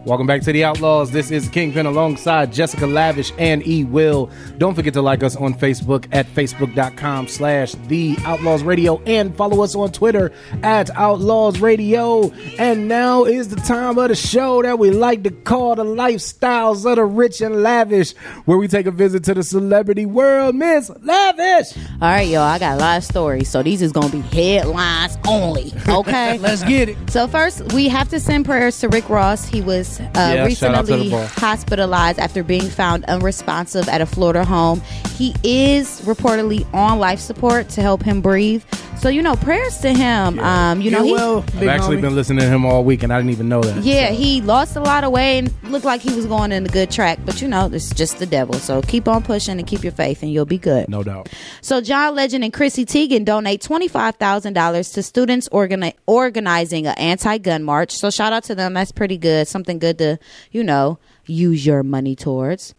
Welcome back to the Outlaws. This is Kingpin alongside Jessica Lavish and E Will. Don't forget to like us on Facebook at facebook.com slash the Outlaws Radio and follow us on Twitter at Outlaws Radio. And now is the time of the show that we like to call the lifestyles of the rich and lavish, where we take a visit to the celebrity world. Miss Lavish. All right, y'all. I got a lot of stories, so these is gonna be headlines [laughs] only. Okay, Let's get it. So first, we have to send prayers to Rick Ross. He was uh, Yeah, shout out to the recently boy. hospitalized after being found unresponsive at a Florida home. He is reportedly on life support to help him breathe. So you know, prayers to him. Um, you know, he, I've actually been listening to him all week and I didn't even know that. yeah, he lost a lot of weight and looked like he was going in a good track. But you know, it's just the devil. So keep on pushing and keep your faith, and you'll be good. No doubt. So John Legend and Chrissy Teigen donate twenty five thousand dollars to students organi- organizing an anti gun march. So shout out to them. That's pretty good. Something good to you know use your money towards.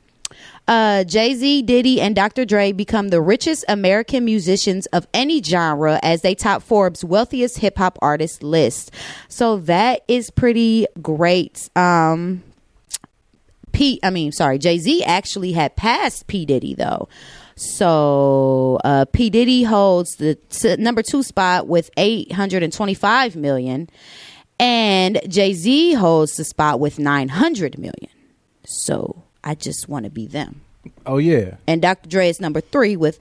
Uh, Jay Z, Diddy, and Dr. Dre become the richest American musicians of any genre as they top Forbes' wealthiest hip hop artist list. So that is pretty great. Um, Pete, I mean, sorry, Jay Z actually had passed P. Diddy though. So uh, P. Diddy holds the t- number two spot with 825 million, and Jay Z holds the spot with 900 million. So I just want to be them. Oh, yeah. And Dr. Dre is number three with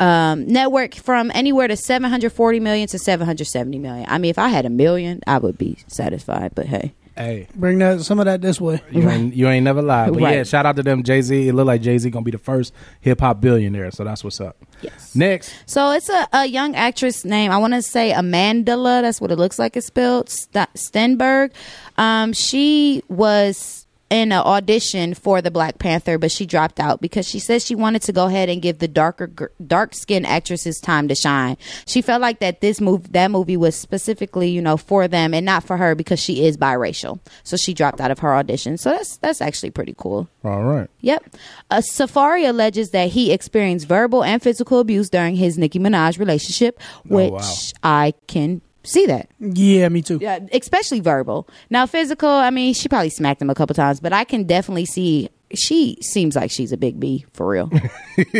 um, network from anywhere to 740 million to 770 million. I mean, if I had a million, I would be satisfied, but hey. Hey. Bring that some of that this way. You ain't, you ain't never lied. But yeah, Right. shout out to them, Jay Z. It look like Jay Z gonna be the first hip hop billionaire. So that's what's up. Yes. Next, So it's a, a young actress name. I want to say Amandala. That's what it looks like it's spelled. St- Stenberg. Um, she was in an audition for the Black Panther, but she dropped out because she said she wanted to go ahead and give the darker dark skinned actresses time to shine. She felt like that this move that movie was specifically you know for them and not for her because she is biracial. So she dropped out of her audition. So that's that's actually pretty cool. all right. Yep. Uh, Safari alleges that he experienced verbal and physical abuse during his Nicki Minaj relationship, which I can see that. Yeah, me too. Yeah, especially verbal. Now, physical, I mean, she probably smacked him a couple times, but I can definitely see she seems like she's a big B for real,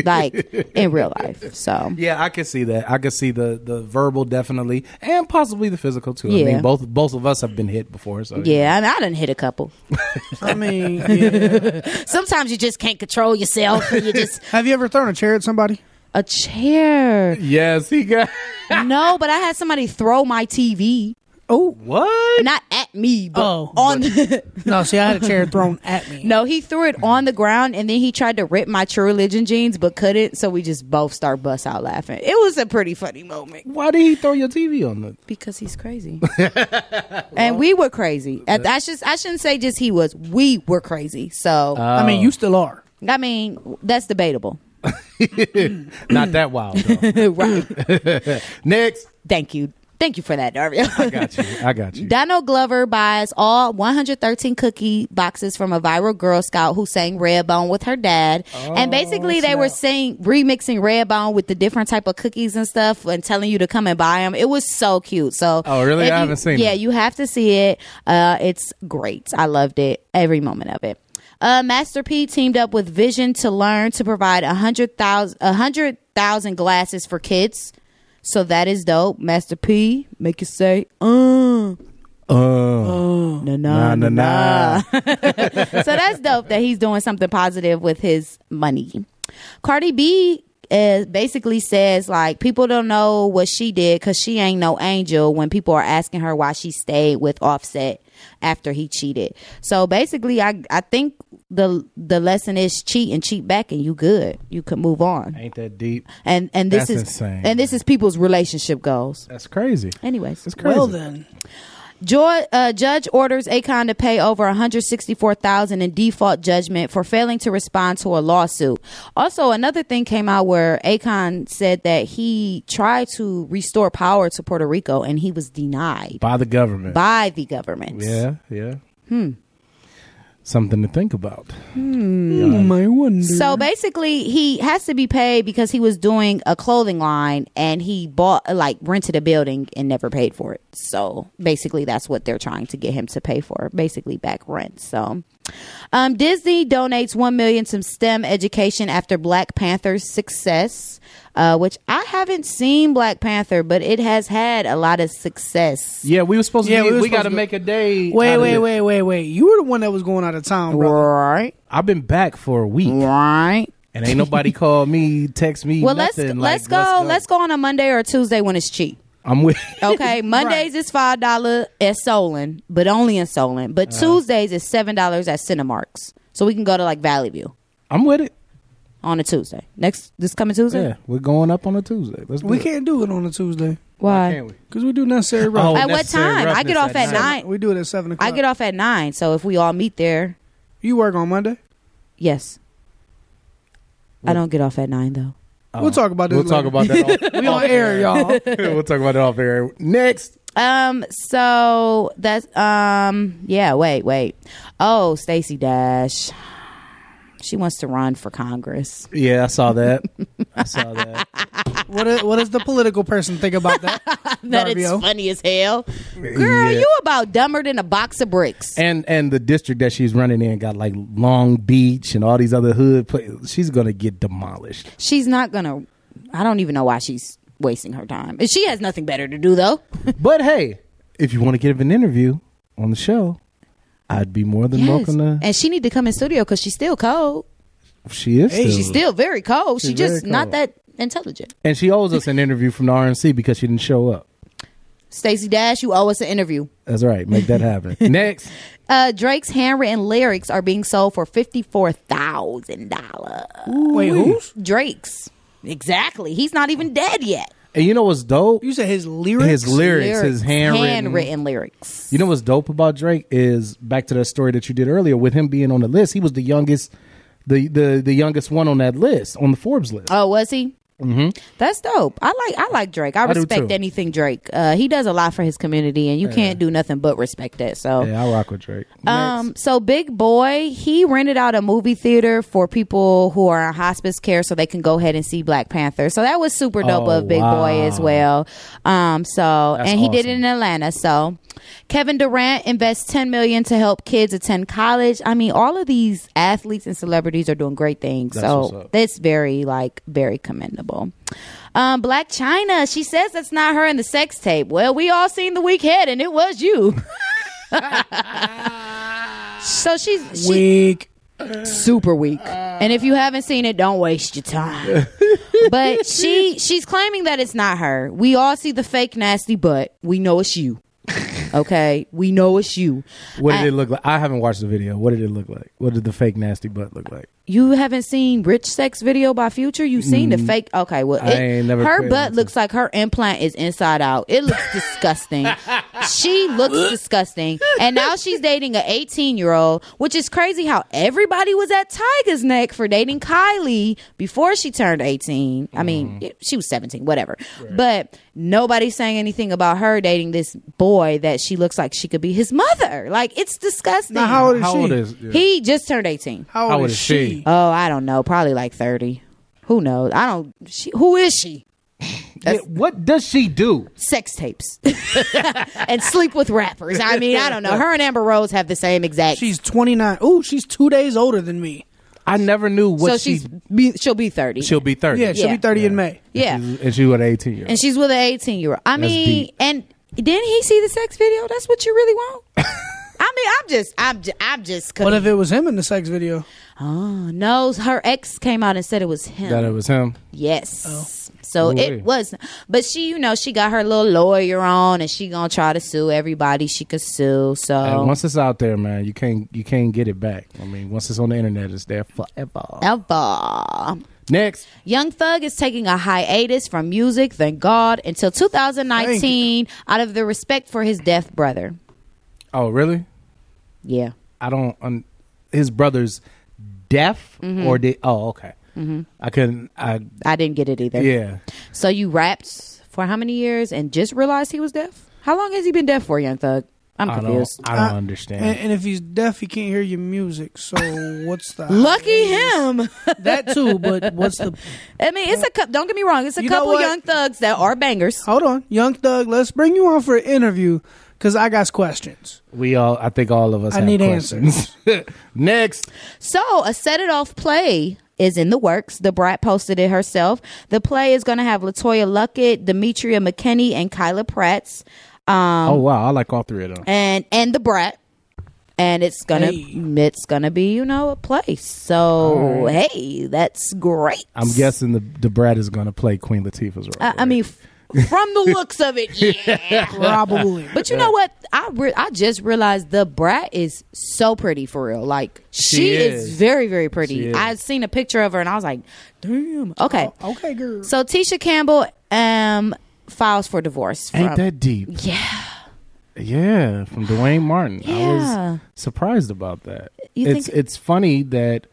like in real life. So, Yeah, I could see that. I could see the the verbal definitely, and possibly the physical too. I Yeah. mean, both both of us have been hit before. So yeah, I, mean, I done hit a couple. I mean, sometimes you just can't control yourself. And you just have you ever thrown a chair at somebody? A chair? Yes, he got. [laughs] no, but I had somebody throw my TV. Oh, what? Not at me, Oh, but on no, see, I had a chair thrown at [laughs] me. No, he threw it on the ground and then he tried to rip my True Religion jeans, but couldn't. So we just both start bust out laughing. It was a pretty funny moment. Why did he throw your TV on the? [clears throat] Because he's crazy. and we were crazy. I, I should I shouldn't say just he was. We were crazy. So Uh, I mean, you still are. I mean, that's debatable. [laughs] Not that wild. Though. Next, Thank you. Thank you for that, [laughs] Dario. I got you. I got you. Donald Glover buys all 113 cookie boxes from a viral Girl Scout who sang Redbone with her dad, Oh, and basically they were sing remixing Redbone with the different type of cookies and stuff, and telling you to come and buy them. It was so cute. So Oh, really? if I you- haven't seen Yeah, it. you have to see it. Uh, it's great. I loved it every moment of it. Uh, Master P teamed up with Vision to learn to provide a hundred thousand a hundred thousand glasses for kids. So that is dope. Master P, make it say, uh. Uh, no, na na Nah, na nah, na. so that's dope that he's doing something positive with his money. Cardi B is basically says like people don't know what she did because she ain't no angel when people are asking her why she stayed with Offset after he cheated. So basically, I I think the the lesson is cheat and cheat back and you good. You can move on. Ain't that deep? And and this is That's insane. and this is people's relationship goals. [laughs] That's crazy. Anyways, it's crazy. Well then. uh, judge orders Akon to pay over 164,000 in default judgment for failing to respond to a lawsuit. Also, another thing came out where Akon said that he tried to restore power to Puerto Rico and he was denied By the government. by the government. Yeah, yeah. Hmm. Something to think about. Hmm. I wonder. So basically, he has to be paid because he was doing a clothing line and he bought, like, rented a building and never paid for it. So basically, that's what they're trying to get him to pay for, basically back rent. So um, Disney donates one million to STEM education after Black Panther's success, uh, which I haven't seen Black Panther, but it has had a lot of success. Yeah, we were supposed to. Yeah, be, we we were got supposed to to- make a day. Wait, out of wait, it. Wait, wait, wait. You were the one that was going out of town, bro. Right. I've been back for a week. Right. And ain't nobody called me, text me. Well, let's nothing. let's like, go, let's go on a Monday or a Tuesday when it's cheap. I'm with. [laughs] Okay, Mondays is five dollar at Solon, but only in Solon. But Tuesdays is seven dollars at Cinemarks, so we can go to like Valley View. I'm with it on a Tuesday next this coming Tuesday. Yeah, we're going up on a Tuesday. Let's do We it. can't do it on a Tuesday. Why? Because we do necessary Oh, roughness. At what time? I get off at nine. We do it at seven o'clock. I get off at nine, so if we all meet there, you work on Monday. Yes, I don't get off at nine though. We'll talk about this. Oh. We'll talk about later. [laughs] that. Off, we on air, [laughs] y'all. we'll talk about it off air. Next. Um. So that's um. Yeah. Wait. Wait. Oh, Stacey Dash. She wants to run for Congress. Yeah, I saw that. I saw that. What, is, what does the political person think about that? [laughs] that it's Darvio? funny as hell. Girl, Yeah. you about dumber than a box of bricks. And and the district that she's running in got like Long Beach and all these other hood. Places. She's gonna get demolished. She's not gonna. I don't even know why she's wasting her time. And She has nothing better to do though. But hey, if you want to give an interview on the show, I'd be more than welcome to. And she need to come in studio because she's still cold. She is. Hey, still, she's still very cold. She's she just very not cold. that intelligent. And she owes us an interview from the RNC because she didn't show up. Stacey Dash, you owe us an interview. That's right. Make that happen. Next. Uh, Drake's handwritten lyrics are being sold for fifty four thousand dollars. Wait, whose? Drake's. Exactly. He's not even dead yet. And you know what's dope? You said his lyrics. His lyrics, his handwritten. handwritten lyrics. You know what's dope about Drake is back to that story that you did earlier with him being on the list. He was the youngest, the the the youngest one on that list on the Forbes list. Oh, was he? hmm That's dope. I like I like Drake. I, I do respect too. anything Drake. Uh, he does a lot for his community, and you Yeah. can't do nothing but respect that. So, Yeah, I rock with Drake. um, so Big Boy he rented out a movie theater for people who are in hospice care, so they can go ahead and see Black Panther. So that was super dope Oh, of Big Boy as wow. well. Um, so That's and he did it awesome. in Atlanta. So Kevin Durant invests ten million to help kids attend college. I mean, all of these athletes and celebrities are doing great things. That's what's so up. that's very like very commendable. Um, Black China, she says that's not her in the sex tape. Well, we all seen the weak head, and it was you. so she's she, weak, super weak. And if you haven't seen it, don't waste your time. but she she's claiming that it's not her. We all see the fake nasty butt. We know it's you. Okay, we know it's you. What did it look like? I haven't watched the video. What did it look like? What did the fake nasty butt look like? You haven't seen Rich Sex video by Future? You seen the Mm. fake? Okay, well, I it- ain't never her paid butt looks like her implant is inside out. It [laughs] looks disgusting. she looks disgusting. And now she's dating an 18 year old, which is crazy how everybody was at Tiger's neck for dating Kylie before she turned 18. I Mm-hmm. mean, it- she was 17, whatever. But nobody's saying anything about her dating this boy that she looks like she could be his mother. Like, it's disgusting. Now, how old is How she? old is- yeah. He just turned 18. How old How old is is she? she? Oh, I don't know. Probably like 30. Who knows? I don't. She, who is she? what does she do? Sex tapes [laughs] and sleep with rappers. I mean, I don't know. Her and Amber Rose have the same exact. She's 29. Ooh, she's two days older than me. I never knew what so she. she's be, she'll be 30. She'll be thirty. Yeah, she'll be Yeah. 30 in May. Yeah. and she was eighteen years. And she's with an 18 year old. I That's mean, deep. [laughs] and didn't he see the sex video? That's what you really want? I mean, I'm just, I'm, just, I'm just. What if it was him in the sex video? Oh no, her ex came out and said it was him. That it was him. Yes. Oh. So No way. it was, but she, you know, she got her little lawyer on, and she gonna try to sue everybody she could sue. So And once it's out there, man, you can't you can't get it back. I mean, once it's on the internet, it's there forever. ever. Next, Young Thug is taking a hiatus from music, thank God, until 2019 out of the respect for his deaf brother. Oh, really? Yeah. I don't. Un- his brother's deaf, Mhm. or did? Oh, okay. hmm I couldn't. I I didn't get it either. Yeah. So you rapped for how many years and just realized he was deaf? How long has he been deaf for, Young Thug? I'm I don't- confused. Uh, I don't understand. And, and if he's deaf, he can't hear your music. So what's the Lucky him. [laughs] that too? But what's the [laughs] I mean, it's a couple. Don't get me wrong. It's a You know couple what? young thugs that are bangers. Hold on, Young Thug. Let's bring you on for an interview because I got questions. We all. I think all of us. I have need questions. [laughs] Next. So, a set it off play is in the works. The brat posted it herself. The play is going to have Latoya Luckett, Demetria McKinney, and Kyla Pratt's. Um, oh wow, I like all three of them. and and the brat and it's gonna it's gonna be you know a place so All right. hey that's great I'm guessing the the Brad is going to play Queen Latifah's role. I, I mean f- from the looks of it yeah Probably. but you know what i re- i just realized the brat is so pretty for real like she, She is. is. very very She pretty is. i seen a picture of her and i was like damn okay Oh, okay girl so tisha campbell um files for divorce Ain't from- that deep? yeah Yeah, from Dwayne Martin. I Yeah. was surprised about that. You it's think- it's funny that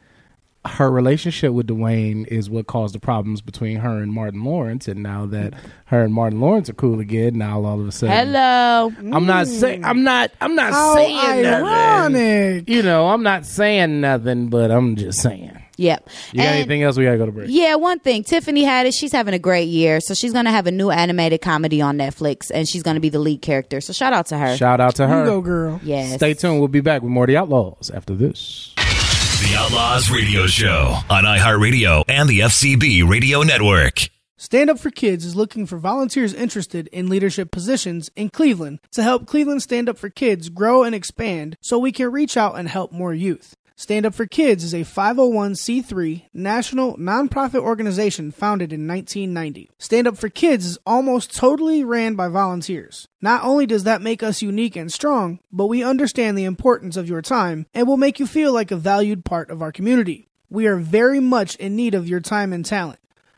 her relationship with Dwayne is what caused the problems between her and Martin Lawrence, and now that her and Martin Lawrence are cool again, now all of a sudden, hello Mm. I'm not saying I'm not I'm not How saying ironic. nothing. You know, I'm not saying nothing, but I'm just saying. yep You got anything else? We gotta go to break. Yeah, one thing. Tiffany Haddish, she's having a great year. So she's going to have a new animated comedy on Netflix and she's going to be the lead character. So shout out to her. Shout out to her. Yes. Stay tuned. We'll be back with more of the Outlaws after this. The Outlaws Radio Show on iHeartRadio and the FCB Radio Network. Stand Up for Kids is looking for volunteers interested in leadership positions in Cleveland to help Cleveland Stand Up for Kids grow and expand so we can reach out and help more youth. Stand Up for Kids is a 501c3 national nonprofit organization founded in 1990. Stand Up for Kids is almost totally ran by volunteers. Not only does that make us unique and strong, but we understand the importance of your time and will make you feel like a valued part of our community. We are very much in need of your time and talent.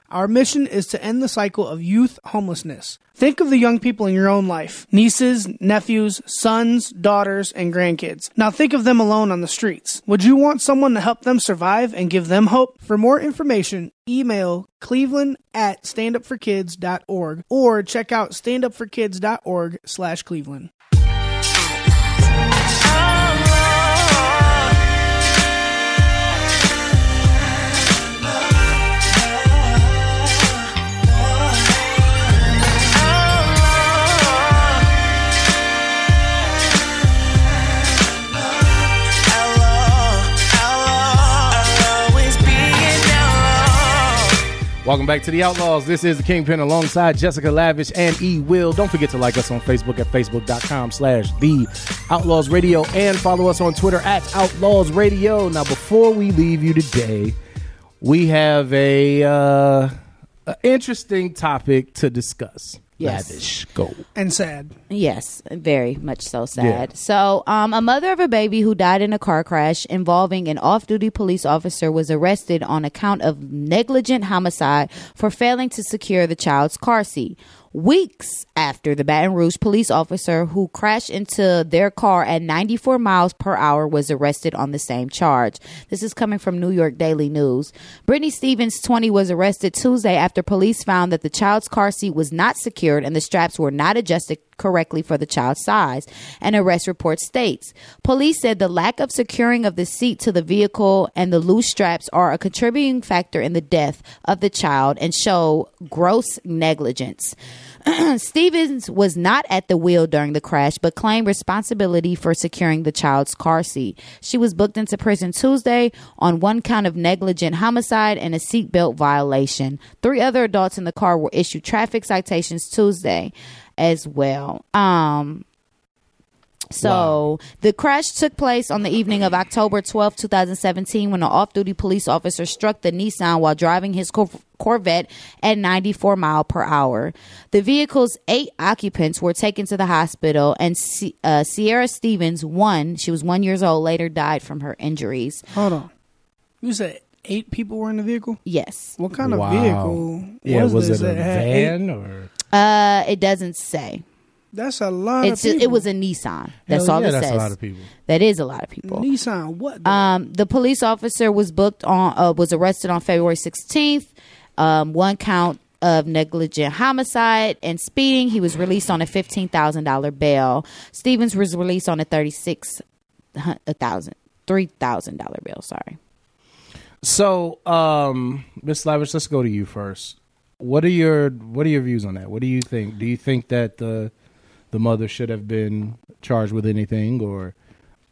Our mission is to end the cycle of youth homelessness. Think of the young people in your own life nieces, nephews, sons, daughters, and grandkids. Now think of them alone on the streets. Would you want someone to help them survive and give them hope? For more information, email cleveland at standupforkids.org or check out standupforkids.org slash cleveland. Welcome back to the Outlaws. This is the Kingpin alongside Jessica Lavish and E. Will. Don't forget to like us on Facebook at facebook.com slash the Outlaws Radio and follow us on Twitter at Outlaws Radio. Now, before we leave you today, we have a, uh, a interesting topic to discuss. Yes. Lavish, go. And sad. Yes, very much so sad. Yeah. So, um, a mother of a baby who died in a car crash involving an off duty police officer was arrested on account of negligent homicide for failing to secure the child's car seat. Weeks after the Baton Rouge police officer who crashed into their car at 94 miles per hour was arrested on the same charge. This is coming from New York Daily News. Brittany Stevens, 20, was arrested Tuesday after police found that the child's car seat was not secured and the straps were not adjusted correctly for the child's size. An arrest report states police said the lack of securing of the seat to the vehicle and the loose straps are a contributing factor in the death of the child and show gross negligence. Stevens was not at the wheel during the crash, but claimed responsibility for securing the child's car seat. She was booked into prison Tuesday on one count of negligent homicide and a seatbelt violation. Three other adults in the car were issued traffic citations Tuesday as well. Um, So the crash took place on the evening of October twelfth, two 2017, when an off duty police officer struck the Nissan while driving his Cor- Corvette at 94 mile per hour. The vehicle's eight occupants were taken to the hospital, and Si- uh, Sierra Stevens, one, she was one years old, later died from her injuries. Hold on. You said eight people were in the vehicle? Yes. What kind Wow. of vehicle Yeah, was, was this it a that had eight- van or? Uh, it doesn't say. That's a lot It's of ju- people. it was a Nissan. That's Hell all yeah, it that's a says. lot of people. That is a lot of people. Nissan, what? Um, the police officer was booked on uh, was arrested on February 16th. Um, one count of negligent homicide and speeding. He was released on a fifteen thousand dollar bail. Stevens was released on a thirty six a thousand three thousand dollar bail. Sorry. So, um, Miss Lavish, let's go to you first. What are your What are your views on that? What do you think? Do you think that the the mother should have been charged with anything, or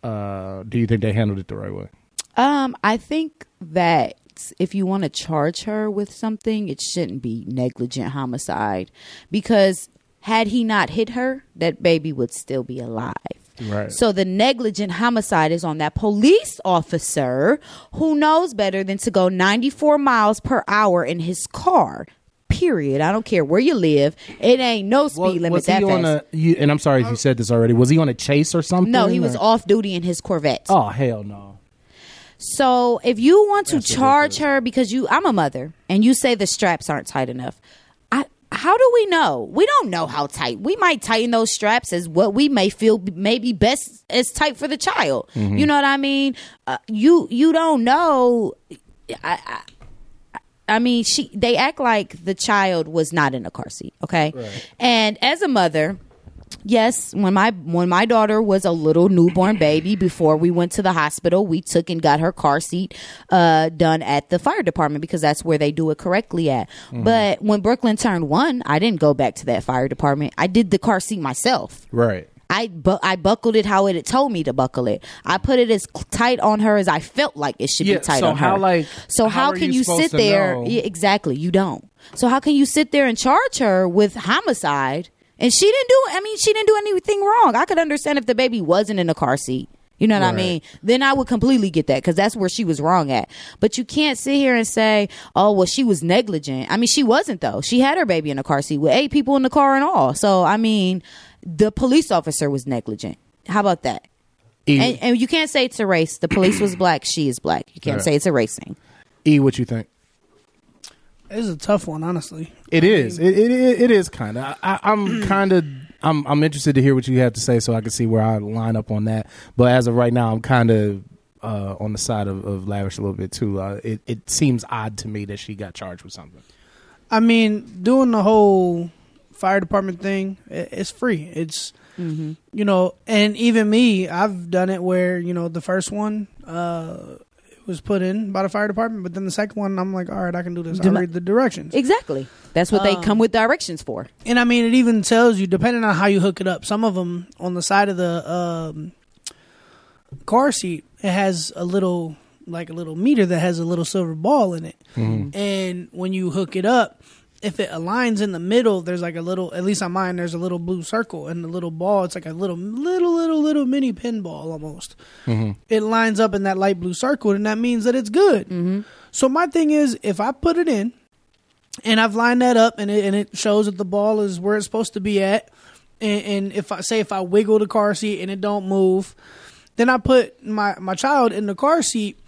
uh, do you think they handled it the right way? Um, I think that if you want to charge her with something, it shouldn't be negligent homicide because had he not hit her, that baby would still be alive. Right. So the negligent homicide is on that police officer who knows better than to go 94 miles per hour in his car. Period. I don't care where you live. It ain't no speed limit was that he fast. on a? You, and I'm sorry if you said this already. Was he on a chase or something? no, he was or- off duty in his Corvette. Oh hell no! So if you want to charge her because you, I'm a mother, and you say the straps aren't tight enough. I, how do we know? We don't know how tight. We might tighten those straps as what we may feel b- maybe best as tight for the child. Mhm. You know what I mean? Uh, you you don't know. I, I I mean, she they act like the child was not in a car seat, okay? And as a mother, yes, when my when my daughter was a little newborn baby before we went to the hospital, we took and got her car seat uh done at the fire department because that's where they do it correctly at. Mm-hmm. Mhm. But when Brooklyn turned 1, I didn't go back to that fire department. I did the car seat myself. Right. I bu- I buckled it how it had told me to buckle it. I put it as cl- tight on her as I felt like it should Yeah, be tight so on her. how, like, so how how, are can you you supposed sit to there? know? Yeah, exactly, you don't. So how can you sit there and charge her with homicide? And she didn't do. I mean, she didn't do anything wrong. I could understand if the baby wasn't in a car seat. You know what I Right. mean? Then I would completely get that because that's where she was wrong at. But you can't sit here and say, "Oh, well, she was negligent." I mean, she wasn't though. She had her baby in a car seat with eight people in the car and all. So I mean, the police officer was negligent. How about that? E, And, and you can't say it's a race. The police was black. She is black. You can't Right. say it's a racing. E, what you think? It's a tough one, honestly. It is. It, it, it, it is kind of. I, I'm kind of. I'm I'm interested to hear what you have to say, so I can see where I line up on that. But as of right now, I'm kind of uh, on the side of, of lavish a little bit too. Uh, it it seems odd to me that she got charged with something. I mean, doing the whole fire department thing, i- it's free. It's you know, and even me, I've done it where you know the first one uh, was put in by the fire department, but then the second one, I'm like, all right, I can do this. I Dem- read the directions. Exactly. That's what Um, they come with directions for. And I mean, it even tells you depending on how you hook it up. Some of them on the side of the um, car seat, it has a little like a little meter that has a little silver ball in it. Mhm. And when you hook it up, if it aligns in the middle, there's like a little. At least on mine, there's a little blue circle and the little ball. It's like a little, little, little, little mini pinball almost it lines up in that light blue circle, and that means that it's good. So my thing is, if I put it in, and I've lined that up, and it and it shows that the ball is where it's supposed to be at, and, and if I say if I wiggle the car seat and it don't move, then I put my my child in the car seat.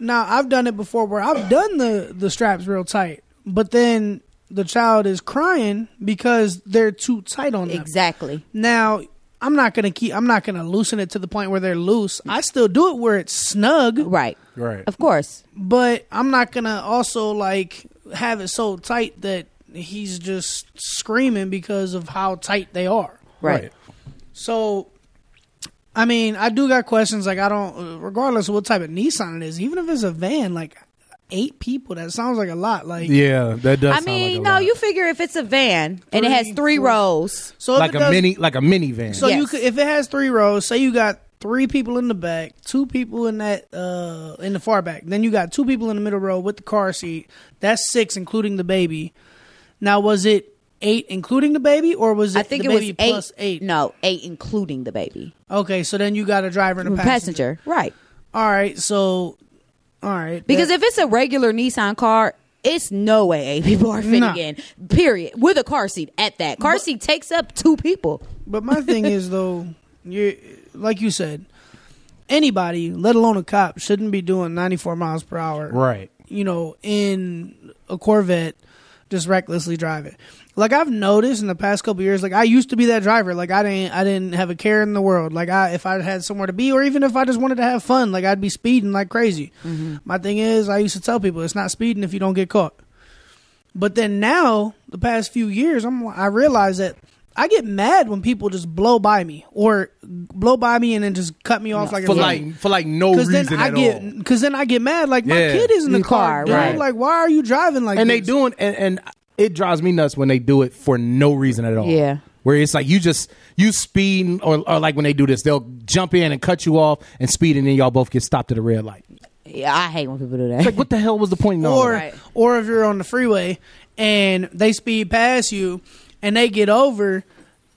Now I've done it before where I've done the the straps real tight, but then the child is crying because they're too tight on them. Exactly. Now, I'm not gonna keep. I'm not gonna loosen it to the point where they're loose. I still do it where it's snug. Right. Right. Of course. But I'm not gonna also like have it so tight that he's just screaming because of how tight they are. Right. So, I mean, I do got questions. Like, I don't. Regardless of what type of Nissan it is, even if it's a van, like eight people, that sounds like a lot. Like, Yeah, that does. I sound like mean, a no, lot. you figure if it's a van and it has Three, three four. rows. So if like it a does- mini like a minivan. So you could, if it has three rows, say you got three people in the back, two people in that uh in the far back, then you got two people in the middle row with the car seat. That's six, including the baby. Now, was it eight, including the baby, or was it? I think the it was baby eight, Plus eight. No, eight including the baby. Mm, Okay, so then you got a driver and a passenger. Passenger, right? All right, so all right. Because that- if it's a regular Nissan car, it's no way eight people are fitting Nah. in. Period. With a car seat at that. Car seat takes up two people. But my [laughs] thing is though, you like you said, anybody, let alone a cop, shouldn't be doing 94 miles per hour. Right. You know, in a Corvette, just recklessly driving. Like I've noticed in the past couple years, like I used to be that driver. Like I didn't, I didn't have a care in the world. Like I, if I had somewhere to be, or even if I just wanted to have fun, like I'd be speeding like crazy. Mm-hmm. My thing is, I used to tell people it's not speeding if you don't get caught. But then now, the past few years, I'm I realize that I get mad when people just blow by me or blow by me and then just cut me off like for it's like for like no Cause reason then I at all. get because then I get mad like my Yeah. kid is in the In car, car, dude. right. Like why are you driving like and this? they doing and, and it drives me nuts when they do it for no reason at all. Yeah. Where it's like you just you speed or, or like when they do this, they'll jump in and cut you off and speed and then y'all both get stopped at a red light. Yeah, I hate when people do that. It's like what the hell was the point in all or that? or if you're on the freeway and they speed past you and they get over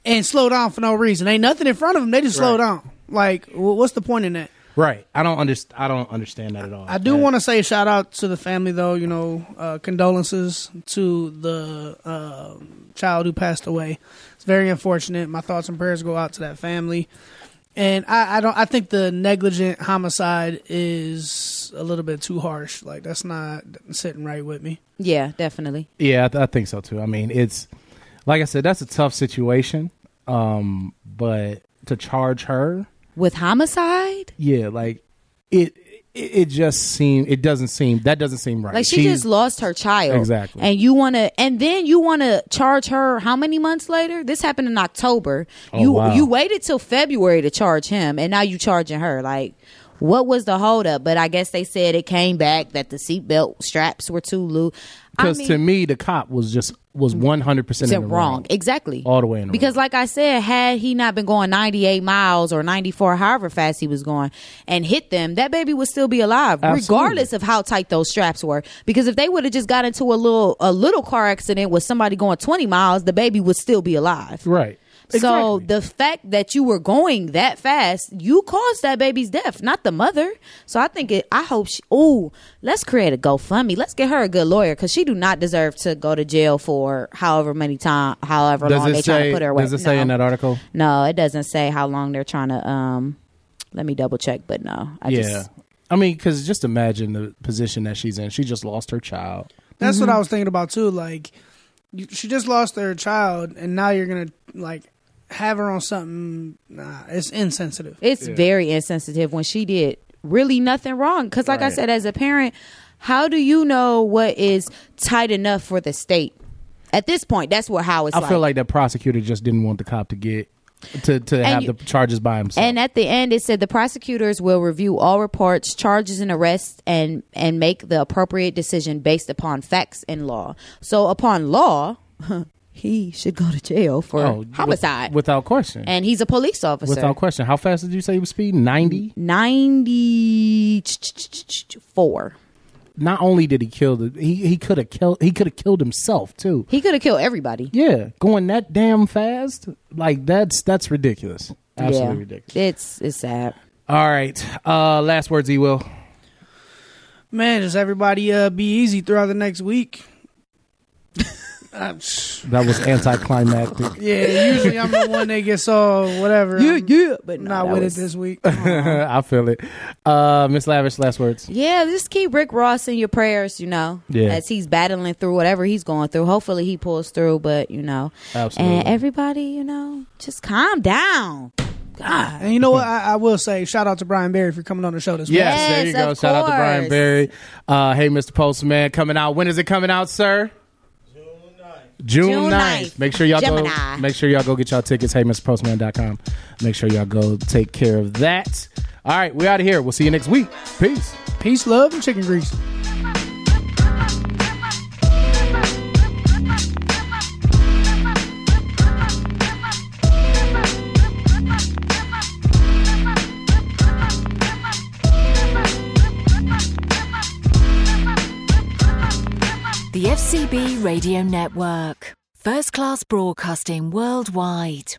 and slow down for no reason. Ain't nothing in front of them. They just slow Right. down. Like wh- what's the point in that? Right. I don't understand I don't understand that at all. I do want to say shout out to the family though. You know, uh, condolences to the uh, child who passed away. It's very unfortunate. My thoughts and prayers go out to that family. And I, I don't. I think the negligent homicide is a little bit too harsh. Like that's not sitting right with me. Yeah, definitely. Yeah, I, th- I think so too. I mean, it's like I said, that's a tough situation. Um, but to charge her, With homicide? yeah, like it, it, it just seem it doesn't seem that doesn't seem right. Like she She's- just lost her child. Exactly. And you wanna and then you wanna charge her how many months later? This happened in October. Oh, you wow. you waited till February to charge him and now you charging her. Like what was the holdup? But I guess they said it came back that the seatbelt straps were too loose. I Because mean- to me, the cop was just was one hundred percent Said wrong. Exactly. all the way in the Because, like I said, had he not been going 98 miles or 94, however fast he was going, and hit them, that baby would still be alive, Absolutely. regardless of how tight those straps were. Because if they would have just got into a little a little car accident with somebody going 20 miles, the baby would still be alive. wrong. right. So the fact that you were going that fast, you caused that baby's death, not the mother. So I think it. I hope she. Oh, let's create a GoFundMe. Let's get her a good lawyer because she do not deserve to go to jail for however many time, however long Does they it try say? to put her away. Does it say in No. that article? No, it doesn't say how long they're trying to. Um, let me double check, but no, I yeah. just I mean, because just imagine the position that she's in. She just lost her child. That's what I was thinking about too. Like, you, she just lost her child, and now you're gonna like have her on something. Nah, it's insensitive. It's very insensitive when she did really nothing wrong. Because, like I Right. said, as a parent, how do you know what is tight enough for the state? At this point, that's what how it's I like. feel like that prosecutor just didn't want the cop to get to to have you- the charges by himself. and at the end, it said the prosecutors will review all reports, charges, and arrests, and and make the appropriate decision based upon facts and law. So, upon law, [laughs] he should go to jail for Oh, with- homicide, without question. and he's a police officer. Without question. How fast did you say he was speeding? Mm. 90? 94. Not only did he kill the he, he could have killed he could have killed himself too. He could have killed everybody. Yeah, going that damn fast? Like that's that's ridiculous. Absolutely Yeah. ridiculous. It's it's sad. All right. Uh last words, E Will. Man, does everybody uh, be easy throughout the next week? I'm- That was anticlimactic. [laughs] [laughs] yeah, usually I'm the one that gets all whatever. Yeah, yeah, but not that with was- it this week. I feel it. Uh Miss Lavish, last words. Yeah, just keep Rick Ross in your prayers, you know. Yeah. As he's battling through whatever he's going through. Hopefully he pulls through, but you know. Absolutely. And everybody, you know, just calm down. God. And you know what? I, I will say, shout out to Brian Barry for coming on the show this week. Yes, there you go. Shout out to Brian Berry. Uh, hey, Mr. Postman, coming out. When is it coming out, sir? June 9th. June 9th. Make sure y'all Gemini. go. Make sure y'all go get y'all tickets. HeyMrPostman.com. Make sure y'all go take care of that. All right, we out of here. We'll see you next week. Peace. Peace, love, and chicken grease. The FCB Radio Network. First class broadcasting worldwide.